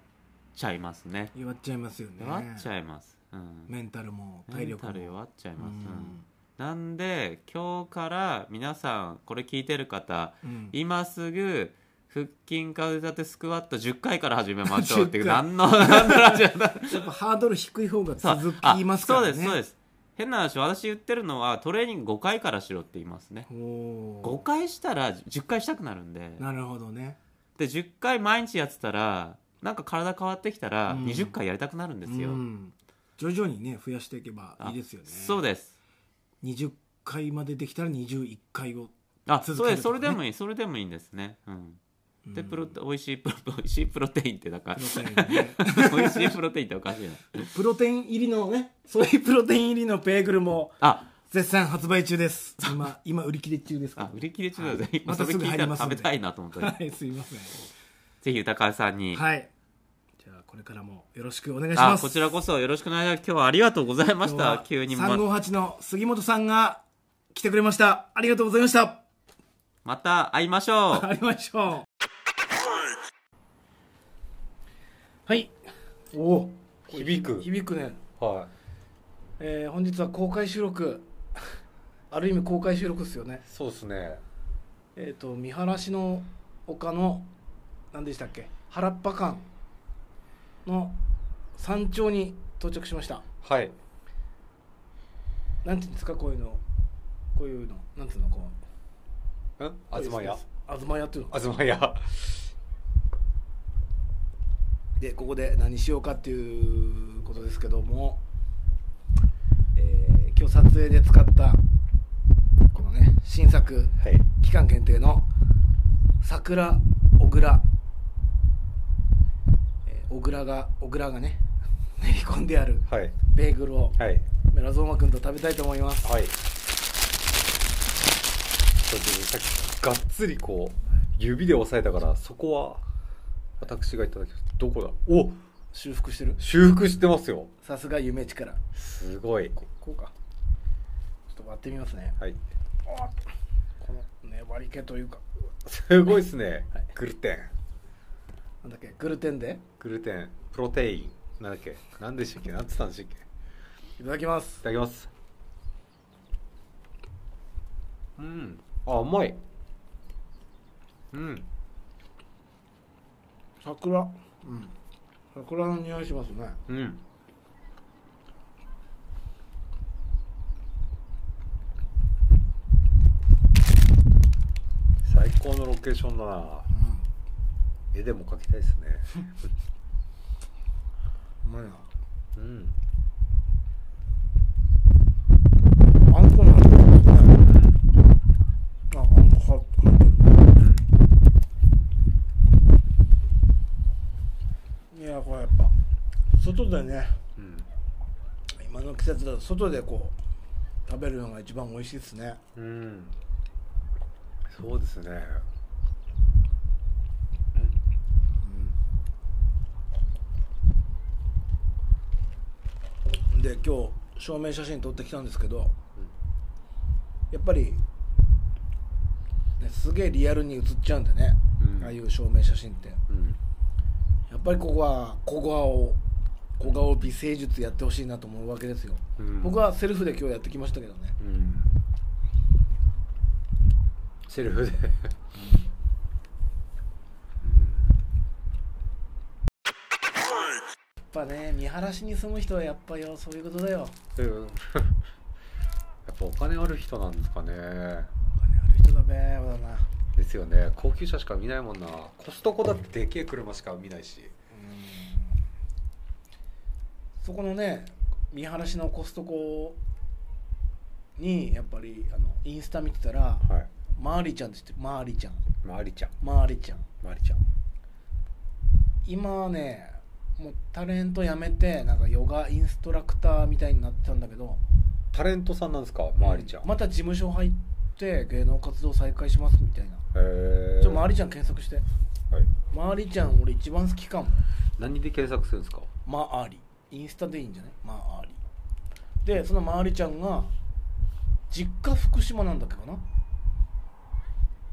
Speaker 5: ちゃいますね
Speaker 2: 弱っちゃいますよね
Speaker 5: 弱っちゃいます、うん、
Speaker 2: メンタルも
Speaker 5: メ
Speaker 2: 体
Speaker 5: ン
Speaker 2: 力
Speaker 5: タ
Speaker 2: も
Speaker 5: ル弱っちゃいうます、うん
Speaker 2: ん
Speaker 5: なんで今日から皆さんこれ聞いてる方
Speaker 2: うん
Speaker 5: 今すぐ腹筋か腕立てスクワット10回から始めましょうっていう
Speaker 2: 10回
Speaker 5: 何の何のラジオだ
Speaker 2: やっぱハードル低い方が
Speaker 5: そう
Speaker 2: 続
Speaker 5: あ
Speaker 2: きますからね
Speaker 5: そうですそうですす変な話私言ってるのはトレーニング5回からしろって言いますね
Speaker 2: お
Speaker 5: 5
Speaker 2: お
Speaker 5: 回したら10回したくなるんで
Speaker 2: なるほどね
Speaker 5: で10回毎日やってたらなんか体変わってきたら
Speaker 2: うん
Speaker 5: 20回やりたくなるんですよ、
Speaker 2: うん徐々にね増やしていけば
Speaker 5: あ
Speaker 2: いいですよね
Speaker 5: そうです
Speaker 2: 20回までできたら21回を
Speaker 5: あ
Speaker 2: 続
Speaker 5: そう
Speaker 2: け
Speaker 5: で
Speaker 2: る
Speaker 5: す
Speaker 2: と
Speaker 5: そ
Speaker 2: かね
Speaker 5: れでもいいそれでもいいんですね、うん、で
Speaker 2: うん
Speaker 5: プロテ美味しいプロ *laughs* 美味しいプロテインってだから
Speaker 2: プロテイン
Speaker 5: *laughs*
Speaker 2: ね
Speaker 5: 美味しいプロテインっておかしいな
Speaker 2: プロテイン入りのねそういうプロテイン入りのベーグルも
Speaker 5: あ
Speaker 2: 絶賛発売中です *laughs* 今今売り切れ中ですか
Speaker 5: あ
Speaker 2: ら
Speaker 5: 売り切れ中だぜ、
Speaker 2: はいまた
Speaker 5: それ
Speaker 2: すぐ
Speaker 5: 聞い
Speaker 2: 入り
Speaker 5: た
Speaker 2: ま
Speaker 5: ら
Speaker 2: すん
Speaker 5: 食
Speaker 2: で
Speaker 5: べたいなと思った
Speaker 2: はいすいません
Speaker 5: ぜひ豊川さんに、
Speaker 2: はいじゃあこれからもよろしくお願いしま
Speaker 5: あ
Speaker 2: す
Speaker 5: こちらこそよろしくお願いします今日はありがとうございまし
Speaker 2: 今日
Speaker 5: た
Speaker 2: は
Speaker 5: 急にま
Speaker 2: 358の杉本さんが来てくれましたありがとうございました
Speaker 5: また会いましょう
Speaker 2: 会いましょうはいおお
Speaker 1: 響く
Speaker 2: 響くね
Speaker 1: は
Speaker 2: えー本日は公開収録ある意味公開収録ですよね
Speaker 1: いそうですね
Speaker 2: えっ、と見晴らしの丘の何でしたっけ原っぱ間の山頂に到着しました
Speaker 1: はい
Speaker 2: なんていうんですかこういうのこういうのなんていうのこう
Speaker 1: うん東屋
Speaker 2: こ東屋っていうの
Speaker 1: 東屋
Speaker 2: でここで何しようかっていうことですけども、えー今日撮影で使ったこのね新作
Speaker 1: はい
Speaker 2: 期間限定の桜小倉、えー小倉が小倉がね *laughs* 練り込んである
Speaker 1: はい
Speaker 2: ベーグルを
Speaker 1: はい
Speaker 2: メラゾーマ君と食べたいと思います
Speaker 1: はいちょっとさっきがっつりこう指で押さえたからそこは私がいただきますどこだお
Speaker 2: 修復してる
Speaker 1: 修復してますよ
Speaker 2: さすが夢力ちょ
Speaker 1: すごいここか
Speaker 2: っと割ってみますね
Speaker 1: はい
Speaker 2: このね割り気というか
Speaker 1: すごいですね、
Speaker 2: はい
Speaker 1: グルテン
Speaker 2: なんだっけグルテンで
Speaker 1: グルテンプロテインなんだっけなんでしたっけなんつったんでしたっけい
Speaker 2: いただきます
Speaker 1: ただきます
Speaker 5: うん
Speaker 1: あ甘いうん
Speaker 2: 桜うん桜の匂いしますね
Speaker 1: うん最高のロケーションだな絵でも描きたいですね
Speaker 2: うまいな
Speaker 1: うん
Speaker 2: あんこの味ですねああんこ入って入ってるいやこれやっぱ外でね
Speaker 1: うん
Speaker 2: 今の季節だと外でこう食べるのが一番美味しいですね
Speaker 1: うんそうですね
Speaker 2: で今日証明写真撮ってきたんですけど、やっぱり、ね、すげえリアルに写っちゃうんでね、
Speaker 1: うん
Speaker 2: ああいう証明写真ってや
Speaker 1: うん
Speaker 2: っぱりここは小顔を小顔美声術やってほしいなと思うわけですよ、
Speaker 1: うん
Speaker 2: 僕はセルフで今日やってきましたけどね
Speaker 1: うんセルフで
Speaker 2: やっぱね見晴らしに住む人はやっぱよそういうことだよ
Speaker 1: うんやっぱお金ある人なんですかね
Speaker 2: お金ある人だべーだな
Speaker 1: ですよね高級車しか見ないもんなコストコだってでけえ車しか見ないし
Speaker 2: そこのね見晴らしのコストコにやっぱりあのインスタ見てたら
Speaker 1: はい
Speaker 2: マーリちゃんって言ってマーリちゃん
Speaker 1: まりちゃん
Speaker 2: マーリちゃん
Speaker 1: まりちゃん
Speaker 2: 今ねもうタレント辞めてなんかヨガインストラクターみたいになってたんだけど
Speaker 1: タレントさんなんですかまりちゃん、
Speaker 2: また事務所入って芸能活動再開しますみたいな
Speaker 1: へえ
Speaker 2: ちょマーリちゃん検索して
Speaker 1: はい、
Speaker 2: マーリちゃん俺一番好きかも
Speaker 1: 何で検索するんですか
Speaker 2: マーリインスタでいいんじゃないマーリでそのマーリちゃんが実家福島なんだっけかな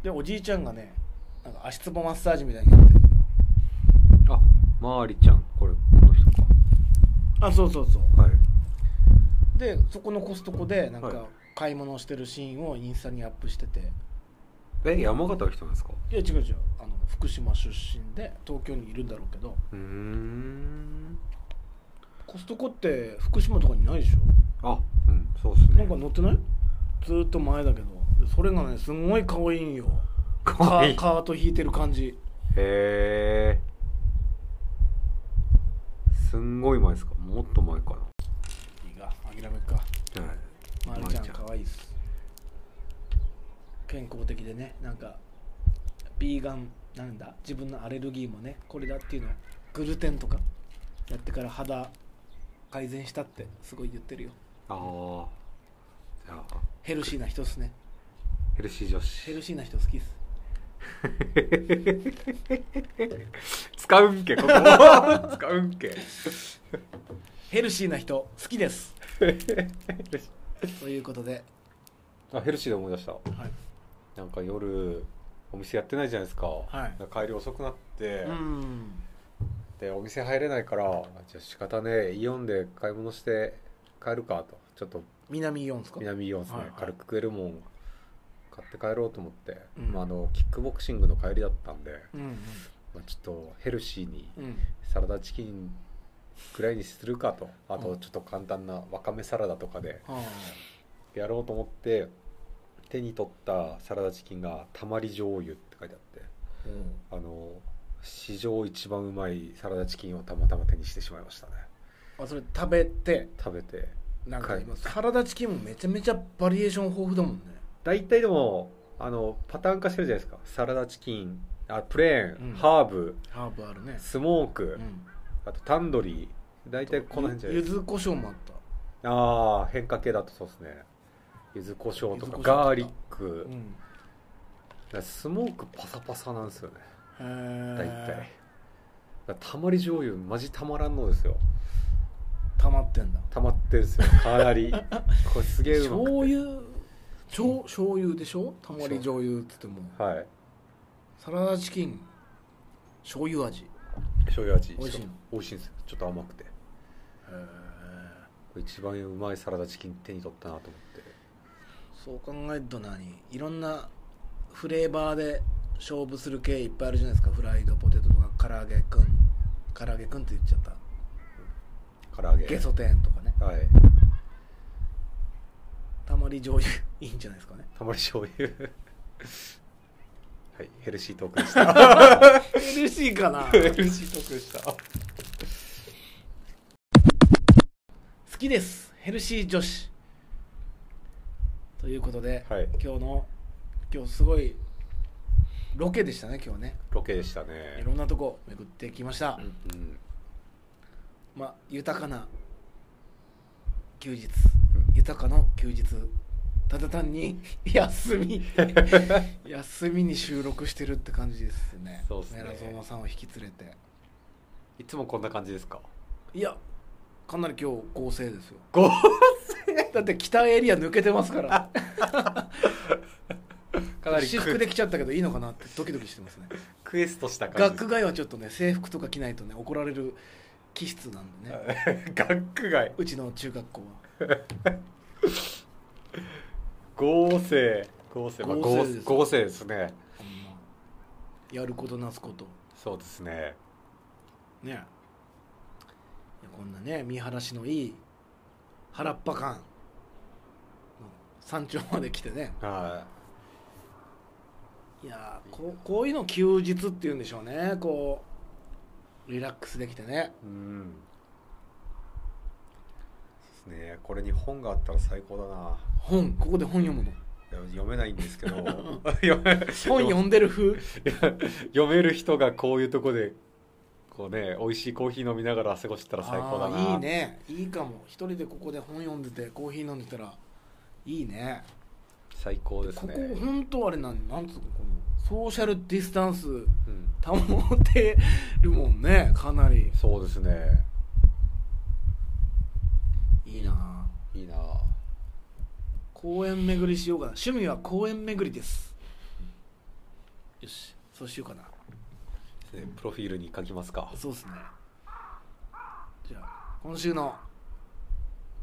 Speaker 2: でおじいちゃんがねなんか足つぼマッサージみたいにやってる
Speaker 1: あまりちゃんこれこの人か
Speaker 2: あそうそうそう
Speaker 1: はい
Speaker 2: でそこのコストコでなん
Speaker 1: は
Speaker 2: か
Speaker 1: い
Speaker 2: 買い物をしてるシーンをインスタにアップしてて
Speaker 1: え山形の人なんですか
Speaker 2: いや違う違うあの福島出身で東京にいるんだろうけど
Speaker 1: うーん
Speaker 2: コストコって福島とかにないでし
Speaker 1: あうんそうです
Speaker 2: ょなん
Speaker 1: ね
Speaker 2: か載ってないずーっと前だけどでそれがねすごい可愛いんよ
Speaker 1: か
Speaker 2: カ
Speaker 1: わい
Speaker 2: ー
Speaker 1: い
Speaker 2: カート引いてる感じ
Speaker 1: へえすんごい前ですかもっと前か
Speaker 2: いいか諦めっか
Speaker 1: なはい
Speaker 2: まるちゃん可愛いっす健康的でねなんかビーガンなんだ自分のアレルギーもねこれだっていうのグルテンとかやってから肌改善したってすごい言ってるよ
Speaker 1: ああじゃあ
Speaker 2: ヘルシーな人っすね
Speaker 1: ヘルシー女
Speaker 2: ヘ
Speaker 1: 子
Speaker 2: ルシーな人好きっす
Speaker 1: 使う
Speaker 2: *laughs*
Speaker 1: んけここ使うんけ
Speaker 2: ヘルシーな人好きです *laughs* ということで、
Speaker 1: あヘルシーで思い出した
Speaker 2: はい、
Speaker 1: なんか夜お店やってないじゃないですか,、
Speaker 2: い
Speaker 1: 帰り遅くなって、
Speaker 2: うん
Speaker 1: でお店入れないからじゃあ仕方ねえイオンで買い物して帰るかとちょっと
Speaker 2: 南イオンですか
Speaker 1: 南イオンですね、
Speaker 2: はいはい
Speaker 1: 軽く食えるもん買って帰ろうと思って、
Speaker 2: うん
Speaker 1: まあ、あのキックボクシングの帰りだったんで、
Speaker 2: うんうん
Speaker 1: まあ、ちょっとヘルシーに
Speaker 2: うん
Speaker 1: サラダチキンぐらいにするかとあ
Speaker 2: う
Speaker 1: と
Speaker 2: ん
Speaker 1: ちょっと簡単なわかめサラダとかで
Speaker 2: は
Speaker 1: やろうと思って手に取ったサラダチキンがたまり醤油って書いてあってあの史上一番うまいサラダチキンをたまたま手にしてしまいましたね
Speaker 2: あそれ食べて
Speaker 1: 食べて
Speaker 2: なんか今
Speaker 1: はい
Speaker 2: サラダチキンもめちゃめちゃバリエーション豊富だもんね
Speaker 1: 大体でもあのパターン化してるじゃないですかサラダチキンあプレーン、
Speaker 2: うん
Speaker 1: ハーブ
Speaker 2: ハーブあるね
Speaker 1: スモーク、
Speaker 2: うん
Speaker 1: あとタンドリー大体この辺じゃない
Speaker 2: ゆ
Speaker 1: ですか
Speaker 2: ず胡椒もあった
Speaker 1: ああ変化系だとそうですね柚子胡椒
Speaker 2: 柚子
Speaker 1: と
Speaker 2: 胡
Speaker 1: か
Speaker 2: 椒とか
Speaker 1: ガーリック
Speaker 2: う、ん
Speaker 1: だからスモークパサパサなんですよね
Speaker 2: へ
Speaker 1: 大
Speaker 2: ー
Speaker 1: 体、だからたまり醤油マジたまらんのですよ
Speaker 2: 溜まってんだ
Speaker 1: たまってるんですよか
Speaker 2: *laughs*
Speaker 1: なりこれすげえうまくて
Speaker 2: 醤油醤醤油でしょたまり醤油っつっても
Speaker 1: はい
Speaker 2: サラダチキン醤油味
Speaker 1: 醤油味
Speaker 2: 美味しいの
Speaker 1: 美味しいんですよちょっと甘くてこれ一番うまいサラダチキン手に取ったなと思って
Speaker 2: そう考えると何いろんなフレーバーで勝負する系いっぱいあるじゃないですかフライドポテトとか唐揚げくん唐揚げくんって言っちゃった
Speaker 1: 唐揚げ
Speaker 2: ゲソ天とかね
Speaker 1: はい
Speaker 2: たまり醤油いいんじゃないですかね
Speaker 1: たまり醤油 *laughs* はいヘルシートークでした
Speaker 2: ヘルシー
Speaker 1: *laughs*
Speaker 2: かな
Speaker 1: ヘ
Speaker 2: 好
Speaker 1: ルシートークでした
Speaker 2: きですヘルシー女子ということで、
Speaker 1: はい
Speaker 2: 今日の今日すごいロケでしたね今日ね
Speaker 1: ロケでした
Speaker 2: い
Speaker 1: ね
Speaker 2: ろんなとこ巡ってきました、
Speaker 1: うん
Speaker 2: まあ豊かな休日、
Speaker 1: うん
Speaker 2: 豊かの休日ただ単に休
Speaker 1: *laughs*
Speaker 2: み休みに収録してるって感じですね
Speaker 1: そうっすね
Speaker 2: メラゾーマさんを引き連れて
Speaker 1: いつもこんな感じですか
Speaker 2: いやかなり今日合成ですよだって北エリア抜けてますから
Speaker 1: *laughs* かなり
Speaker 2: 私服で来ちゃったけどいいのかなってドキドキしてますね
Speaker 1: クエストした感じ
Speaker 2: 学外はちょっとね制服とか着ないとね怒られる気質なんでね
Speaker 1: 学外
Speaker 2: うちの中学校は
Speaker 1: 合成合成、まあ、
Speaker 2: 合
Speaker 1: 合
Speaker 2: 成です
Speaker 1: 成合成ですね
Speaker 2: ほんまやることなすこと
Speaker 1: そうですね
Speaker 2: ねいやこんなね見晴らしのいい原っぱ感の山頂まで来てね
Speaker 1: はい
Speaker 2: やーこうこういうの休日っていうんでしょうねこうリラックスできてね
Speaker 1: いうんそうですねこれに本があったら最高だな
Speaker 2: 本ここで本読
Speaker 1: *laughs*
Speaker 2: むの
Speaker 1: いや読めないんです *laughs* けど読め
Speaker 2: 本読んでる風
Speaker 1: *laughs* 読める人がこういうとこでこうね美味しいコーヒー飲みながら過ごしてたら最高だ
Speaker 2: あー
Speaker 1: ない
Speaker 2: いねいいかも一人でここで本読んでてコーヒー飲んでたらいいね
Speaker 1: 最高です
Speaker 2: ここ
Speaker 1: ね
Speaker 2: 本当あれなんなんつうのこのソーシャルディスタンス
Speaker 1: うん、
Speaker 2: 保てるもんねかなり
Speaker 1: そうですね
Speaker 2: いいない
Speaker 1: いな
Speaker 2: 公園巡りしようかな趣味は公園巡りですよしそうしようかな
Speaker 1: ですねプロフィールに書きますか
Speaker 2: そうですねじゃあ今週の、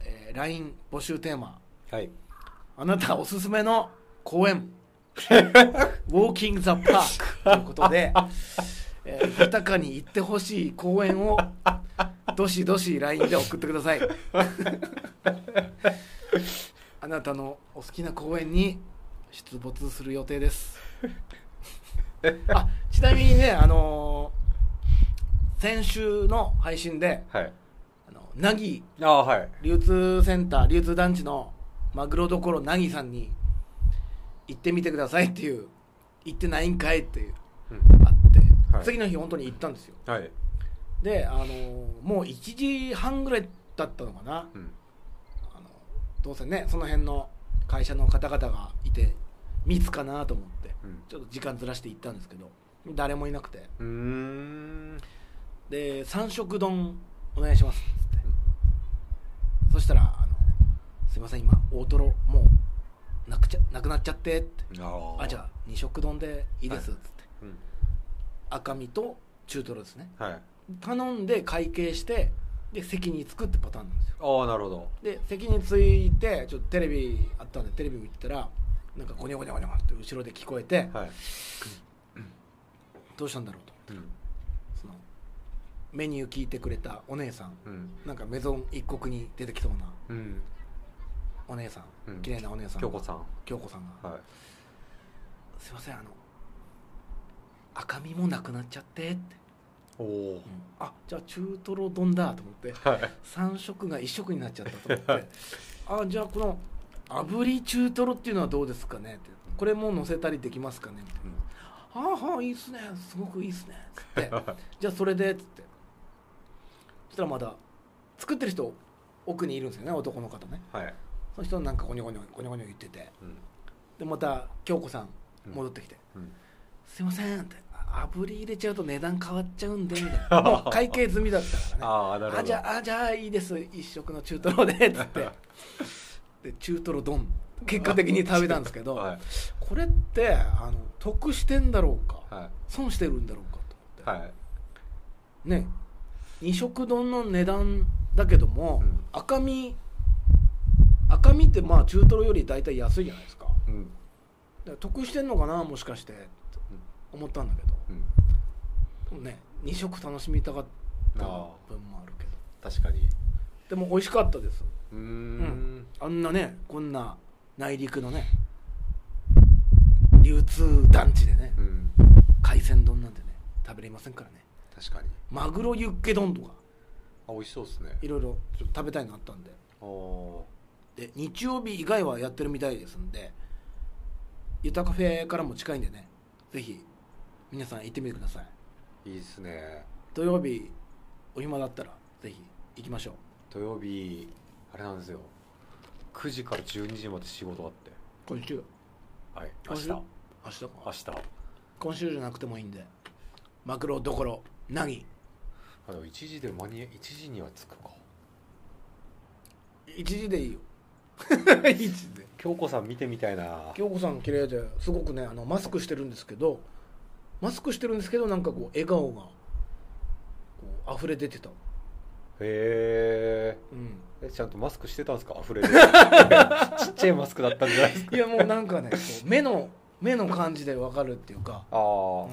Speaker 2: えー LINE 募集テーマ
Speaker 1: はい
Speaker 2: あなたおすすめの公園ウォーキング・ザ・パークということで、えー豊かに行ってほしい公園をどしどし LINE で送ってくださいあなたのお好きな公園に出没する予定ですあちなみにねあのー先週の配信で
Speaker 1: はい
Speaker 2: あのナギ
Speaker 1: ああはい
Speaker 2: 流通センター流通団地のマグロどころなぎさんに行ってみてくださいっていう行ってないんかいっていう
Speaker 1: うん
Speaker 2: あって、
Speaker 1: はい
Speaker 2: 次の日本当に行ったんですよ
Speaker 1: はい
Speaker 2: であのーもう1時半ぐらいだったのかな
Speaker 1: うん
Speaker 2: あのどうせねその辺の会社の方々がいて密かなと思って
Speaker 1: うん
Speaker 2: ちょっと時間ずらして行ったんですけど誰もいなくて
Speaker 1: うーん
Speaker 2: で三色丼お願いしますっつって、そしたらあの「すいません今大トロもうなくちゃなくなっちゃって」って
Speaker 1: あ
Speaker 2: 「あじゃあ二色丼でいいです」っつって、
Speaker 1: うん
Speaker 2: 赤身と中トロですね
Speaker 1: はいあ
Speaker 2: 頼んで会計してで席に着くってパターンなんですよ
Speaker 1: あなるほど
Speaker 2: で席に着いてちょっとテレビあったんでテレビ見てたらなんかゴニョゴニョゴニョって後ろで聞こえて、
Speaker 1: はい、
Speaker 2: どうしたんだろうと
Speaker 1: うん
Speaker 2: そのメニュー聞いてくれたお姉さん
Speaker 1: うん
Speaker 2: なんかメゾン一国に出てきそうな
Speaker 1: うん、
Speaker 2: お姉さん、
Speaker 1: うん
Speaker 2: 綺麗なお姉さん
Speaker 1: 京子さん
Speaker 2: 京子さんが、
Speaker 1: はい
Speaker 2: すいませんあの赤身もなくなっちゃってって、
Speaker 1: おお
Speaker 2: あじゃあ中トロ丼だと思って
Speaker 1: ー。はい。
Speaker 2: 3色が1色になっちゃったと
Speaker 1: *laughs*
Speaker 2: 思ってあじゃあこの炙り中トロっていうのはどうですかねってこれも乗せたりできますかねって、はあはあいいっすねすごくいいっすねつってじゃあそれでっつってそしたらまだ作ってる人奥にいるんですよね男の方ね
Speaker 1: はい。
Speaker 2: その人なんかゴニョゴニョゴニョゴニョ言ってて
Speaker 1: うん。
Speaker 2: でまた京子さん戻ってきて「
Speaker 1: うんうん
Speaker 2: すいません」って炙り入れちゃうと値段変わっちゃうんでみた
Speaker 1: *laughs*
Speaker 2: いなもう会計済みだったからね
Speaker 1: ああ、なるほど。
Speaker 2: あじゃああじゃあいいです一食の中トロでっつって
Speaker 1: *laughs*
Speaker 2: で中トロ丼結果的に食べたんですけど、
Speaker 1: *laughs* はい。
Speaker 2: これってあの得してんだろうか、
Speaker 1: は
Speaker 2: 損してるんだろうか
Speaker 1: い。
Speaker 2: と思って、
Speaker 1: はい。
Speaker 2: ね二食丼の値段だけども、
Speaker 1: うん
Speaker 2: 赤身赤身ってまあ中トロより大体安いじゃないですかだか
Speaker 1: うん。
Speaker 2: ら得してんのかなもしかしてと思ったんだけど
Speaker 1: うん。
Speaker 2: でもね二食楽しみたかった
Speaker 1: あ
Speaker 2: 分
Speaker 1: あ
Speaker 2: もあるけど
Speaker 1: 確かに。
Speaker 2: でも美味しかったです
Speaker 1: うーん。
Speaker 2: あんなねこんな内陸のね流通団地でね
Speaker 1: うん。
Speaker 2: 海鮮丼なんてね食べれませんからね
Speaker 1: 確かに。
Speaker 2: マグロユッケ丼とか
Speaker 1: あ、美味しそうですね。
Speaker 2: いろいろちょっと食べたいのあったんで
Speaker 1: おお
Speaker 2: で日曜日以外はやってるみたいですんでゆたカフェからも近いんでねぜひ皆さん行ってみてください
Speaker 1: ー。いいですね。
Speaker 2: 土曜日お暇だったらぜひ行きましょう
Speaker 1: 土曜日、あれなんですよ。9時から12時まで仕事があって。
Speaker 2: 今週
Speaker 1: はい。明
Speaker 2: 今
Speaker 1: 日。
Speaker 2: 週
Speaker 1: 明
Speaker 2: 明日か
Speaker 1: 日。
Speaker 2: 今週じゃなくてもいいんでマグロどころなぎ
Speaker 1: あ、でも1時で間に合、1時には着くか。
Speaker 2: 一時でいいよ *laughs* 一時で
Speaker 1: 京子さん見てみたいな。
Speaker 2: 京子さん綺麗ですごくねあのマスクしてるんですけどマスクしてるんですけどなんかこう笑顔がこう溢れ出てた、
Speaker 1: へー。
Speaker 2: うん、
Speaker 1: えちゃんとマスクしてたんですか溢 *laughs* れでちっちゃいマスクだったんじゃないですか
Speaker 2: いやもうなんかねこう目の目の感じでわかるっていうか、
Speaker 1: ああ、
Speaker 2: う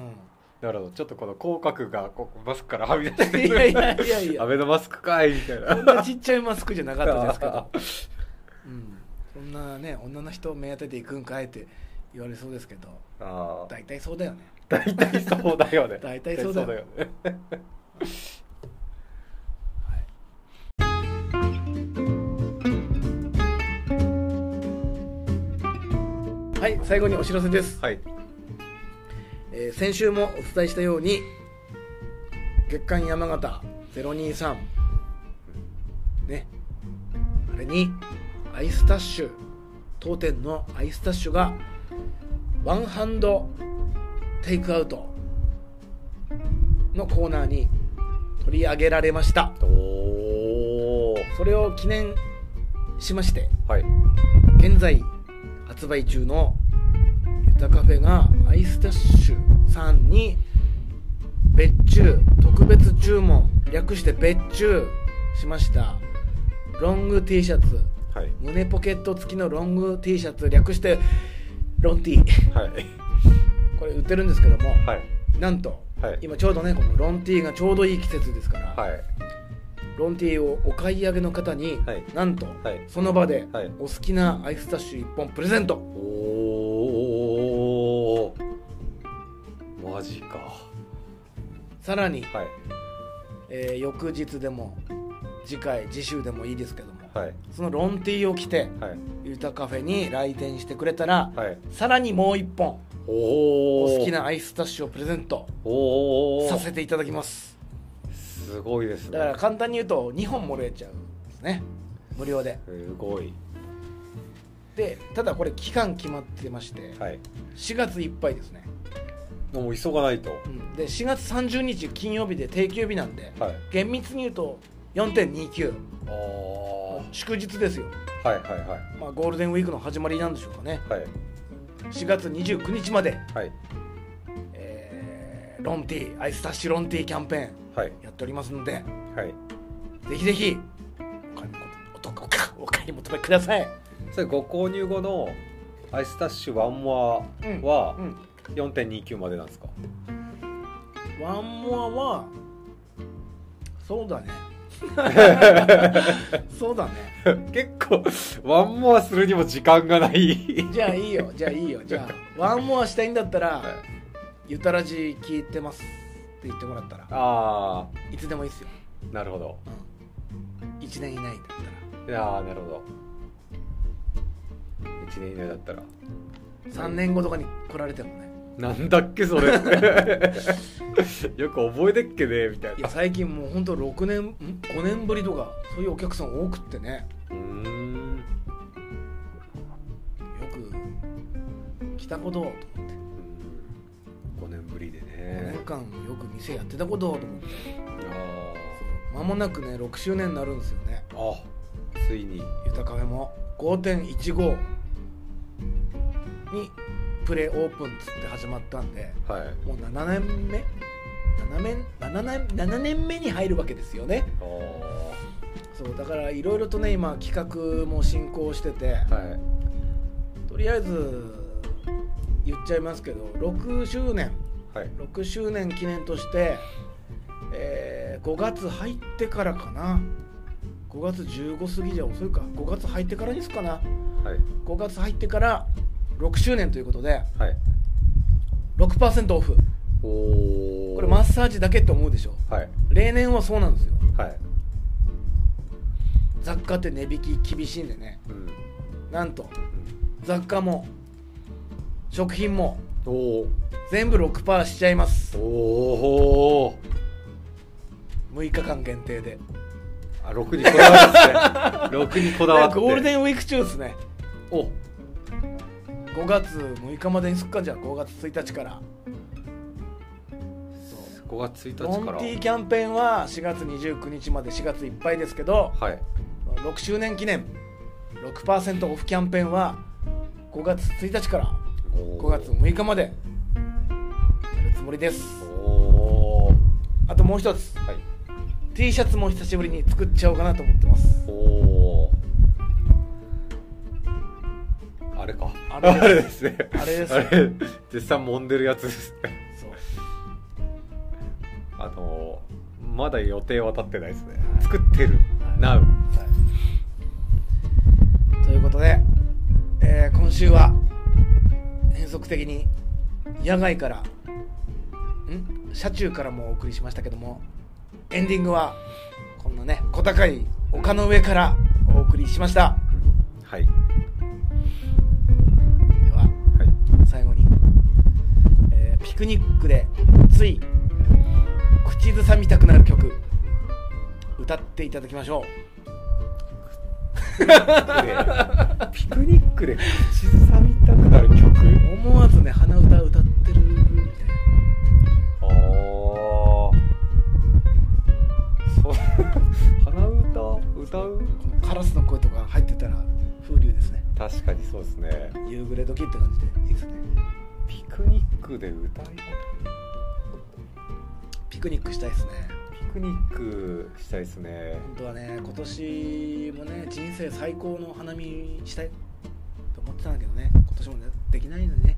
Speaker 1: なるほどちょっとこの口角がここマスクからはみ出し
Speaker 2: ん、
Speaker 1: て
Speaker 2: いやいやいやい
Speaker 1: ア
Speaker 2: や
Speaker 1: ベノマスクかいみたい
Speaker 2: こ
Speaker 1: なん
Speaker 2: なちっちゃいマスクじゃなかったですけど、うん、そんなね女の人を目当てていくんかいって言われそうですけど
Speaker 1: *laughs* ああ
Speaker 2: 大体そうだよね
Speaker 1: 大体そうだよね
Speaker 2: 大体そうだよ
Speaker 1: 大体ね
Speaker 2: はい最後にお知らせです
Speaker 1: はい
Speaker 2: えー先週もお伝えしたように月刊山形023ねあれにアイスタッシュ当店のアイスタッシュがワンハンドテイクアウトのコーナーに取り上げられました
Speaker 1: おー
Speaker 2: それを記念しまして
Speaker 1: はい
Speaker 2: 現在発売中の「ゆたカフェ」がアイスタッシュさんに別注特別注文略して別注しましたロング T シャツ
Speaker 1: はい
Speaker 2: 胸ポケット付きのロング T シャツ略してロン T
Speaker 1: はい
Speaker 2: これ売ってるんですけども、
Speaker 1: はい
Speaker 2: なんと、
Speaker 1: はい
Speaker 2: 今ちょうどねこのロン T がちょうどいい季節ですから、
Speaker 1: はい
Speaker 2: ロン T をお買い上げの方に、
Speaker 1: はい
Speaker 2: なんと、
Speaker 1: はい
Speaker 2: その場で、
Speaker 1: はい
Speaker 2: お好きなアイスタッシュ1本プレゼント
Speaker 1: おーマジか
Speaker 2: さらに、
Speaker 1: はい
Speaker 2: えー翌日でも次回次週でもいいですけども、
Speaker 1: はい
Speaker 2: そのロン T を着て
Speaker 1: はい
Speaker 2: ゆたカフェに来店してくれたら、
Speaker 1: はい
Speaker 2: さらにもう1本
Speaker 1: お
Speaker 2: お
Speaker 1: お
Speaker 2: 好きなアイスタッシュをプレゼント
Speaker 1: おお
Speaker 2: させていただきます
Speaker 1: すごいです
Speaker 2: だ
Speaker 1: ね
Speaker 2: から簡単に言うと2本もらえちゃうんですね無料です
Speaker 1: ごい
Speaker 2: でただこれ期間決まってまして
Speaker 1: はい
Speaker 2: 4月いっぱいですね、
Speaker 1: もう急がないと
Speaker 2: うんで4月30日金曜日で定休日なんで、
Speaker 1: はい
Speaker 2: 厳密に言うと4.29
Speaker 1: ああ
Speaker 2: 祝日ですよ、
Speaker 1: はいはいはい
Speaker 2: まあ、ゴールデンウィークの始まりなんでしょうかね
Speaker 1: はい
Speaker 2: 4月29日まで、
Speaker 1: はい
Speaker 2: えーロンティーアイスタッシュロンティーキャンペーン
Speaker 1: はい
Speaker 2: やっておりますので
Speaker 1: はい
Speaker 2: ぜひぜひお買いお得お買いお買い求めください、
Speaker 1: それご購入後のアイスタッシュワンモアは
Speaker 2: うん、
Speaker 1: 4.29までなんですか
Speaker 2: ワンモアはそうだねそうだね
Speaker 1: 結構ワンモアするにも時間がない
Speaker 2: じゃあいいよじゃあいいよじゃあワンモアしたいんだったらゆたらじ聞いてますって言ってもらったら
Speaker 1: あ
Speaker 2: いつでもいいっすよ
Speaker 1: あなるほど
Speaker 2: 1年以内だったら
Speaker 1: いやあなるほど1年以内だったら
Speaker 2: 3年後とかに来られてもね
Speaker 1: なんだっけ
Speaker 2: *laughs*
Speaker 1: それよく覚えてっけねみたい
Speaker 2: い
Speaker 1: な
Speaker 2: や最近もうほんと6年ん5年ぶりとかそういうお客さん多くってね
Speaker 1: うーん
Speaker 2: よく来たことをと思って
Speaker 1: 5年ぶりで
Speaker 2: 5
Speaker 1: ね
Speaker 2: 年間よく店やってたことをと思って
Speaker 1: あ
Speaker 2: 間もなくね6周年になるんですよね
Speaker 1: ーあついに
Speaker 2: ゆたカフェも5.15にプレオープンっつって始まったんで
Speaker 1: はい
Speaker 2: もう7年目7年 ,7 年7年目に入るわけですよね
Speaker 1: ああ
Speaker 2: そうだからいろいろとね今企画も進行してて
Speaker 1: はい
Speaker 2: とりあえず言っちゃいますけど6周年
Speaker 1: はい
Speaker 2: 6周年記念として、え5月入ってからかな5月15過ぎじゃ遅いか5月入ってからですかな
Speaker 1: はい
Speaker 2: 5月入ってから6周年ということで
Speaker 1: はい
Speaker 2: 6%オフ
Speaker 1: おお
Speaker 2: これマッサージだけって思うでしょ
Speaker 1: はい
Speaker 2: 例年はそうなんですよ
Speaker 1: はい
Speaker 2: 雑貨って値引き厳しいんでね
Speaker 1: うん
Speaker 2: なんと雑貨も食品も
Speaker 1: おお
Speaker 2: 全部6%しちゃいます
Speaker 1: おお
Speaker 2: 6日間限定で
Speaker 1: あ6にこだ
Speaker 2: *laughs*
Speaker 1: わって6にこだわって
Speaker 2: ゴールデンウィーク中ですね
Speaker 1: お
Speaker 2: 5月6日までにすっかじゃあ5月1日から
Speaker 1: 5月1
Speaker 2: ロ
Speaker 1: 日
Speaker 2: ン
Speaker 1: から
Speaker 2: T キャンペーンは4月29日まで4月いっぱいですけど
Speaker 1: はい
Speaker 2: 6周年記念6%オフキャンペーンは5月1日から5
Speaker 1: 5
Speaker 2: 月6日までやるつもりです
Speaker 1: おー
Speaker 2: あともう一つ
Speaker 1: はい
Speaker 2: T シャツも久しぶりに作っちゃおうかなと思ってます
Speaker 1: おおあれか
Speaker 2: あれ
Speaker 1: ですね
Speaker 2: あれです
Speaker 1: あれ実際揉んでるやつですね
Speaker 2: そう
Speaker 1: あのーまだ予定は立ってないですね作ってる NOW
Speaker 2: ということで、えー今週は変則的に野外からん車中からもお送りしましたけどもエンディングはこんなね小高い丘の上からお送りしました
Speaker 1: はいはい
Speaker 2: では最後に、えーピクニックでつい口ずさみたくなる曲歌っていただきましょ
Speaker 1: でピクニックで口ずさみたくなる曲
Speaker 2: う思わずね鼻歌歌ってるみたいな
Speaker 1: ああそう鼻歌歌う
Speaker 2: このカラスの声とか入ってたら風流ですね
Speaker 1: 確かにそうですね
Speaker 2: 夕暮れ時って感じでいいですね
Speaker 1: ピクニックで歌い
Speaker 2: ピクニックしたいですね
Speaker 1: ピクニックしたいですね
Speaker 2: 本当はね今年もね人生最高の花見したいと思ってたんだけどね今年もねできないのにね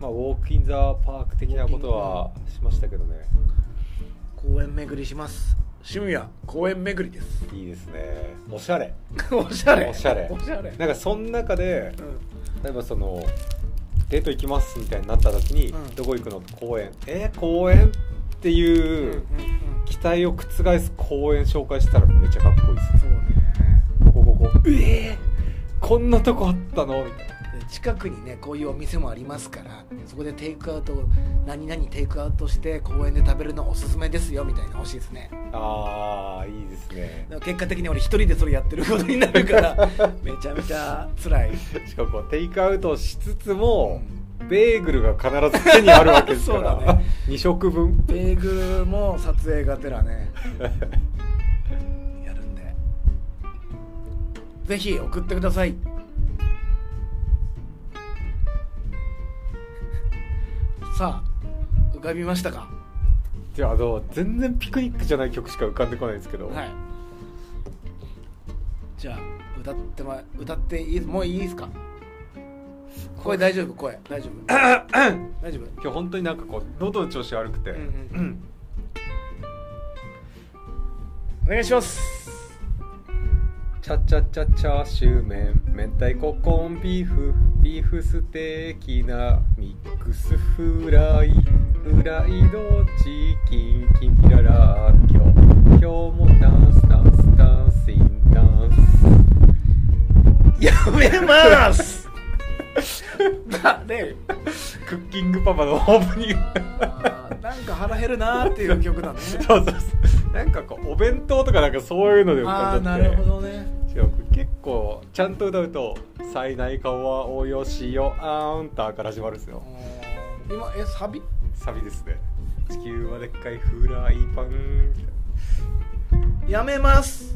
Speaker 1: まあウォークインザパーク的なことはしましたけどね
Speaker 2: 公園巡りします趣味は公園巡りです *laughs*
Speaker 1: いいですねおしゃれ
Speaker 2: おしゃれ
Speaker 1: おしゃれ
Speaker 2: おしゃれうん
Speaker 1: なんかその中で例えばそのデート行きますみたいになった時に、
Speaker 2: うん
Speaker 1: どこ行くの公園えー公園って
Speaker 2: うん
Speaker 1: いううん
Speaker 2: うん
Speaker 1: 期待を覆す公園紹介したらめっちゃかっこいいです
Speaker 2: そうね
Speaker 1: ここここええこんなとこあったのみたいな
Speaker 2: で近くにねこういうお店もありますからそこでテイクアウト何々テイクアウトして公園で食べるのおすすめですよみたいなの欲しいですね
Speaker 1: ああいいですね
Speaker 2: でも結果的に俺一人でそれやってることになるからめちゃめちゃ辛い、
Speaker 1: *laughs* しかもこうテイクアウトしつつも、ベーグルが必ず手にあるわけです
Speaker 2: *laughs*
Speaker 1: か
Speaker 2: そうだ
Speaker 1: ら、
Speaker 2: ね
Speaker 1: 二2食分
Speaker 2: ベーグルも撮影がてらねやるんでぜひ送ってください *laughs* さあ浮かびましたか
Speaker 1: じゃああの全然ピクニックじゃない曲しか浮かんでこないんですけど、
Speaker 2: はいじゃあ歌ってま歌っていいもういいですか声大丈夫声大丈夫大丈夫
Speaker 1: 今日本当になんかこう喉の調子悪くて、
Speaker 2: うんうん *laughs* お願いします
Speaker 1: チャチャチャチャーシュー麺明太子コンビーフビーフステーキなミックスフライフライドチキンきんぴららっきょう今日もダンスダンスダンスインダンス
Speaker 2: やめます
Speaker 1: ねクッキングパパのオープニング
Speaker 2: なんか腹減るなーっていう曲だね
Speaker 1: そうそうそうなんかこうお弁当とかなんかそういうので浮
Speaker 2: あ
Speaker 1: か
Speaker 2: あ
Speaker 1: んじゃ
Speaker 2: な
Speaker 1: って
Speaker 2: るほどね
Speaker 1: 違う結構ちゃんと歌うと「最内かはおよしよあんた」から始まるんですよ
Speaker 2: うん今えサビ
Speaker 1: サビですね「地球はでっかいフライパン」
Speaker 2: やめます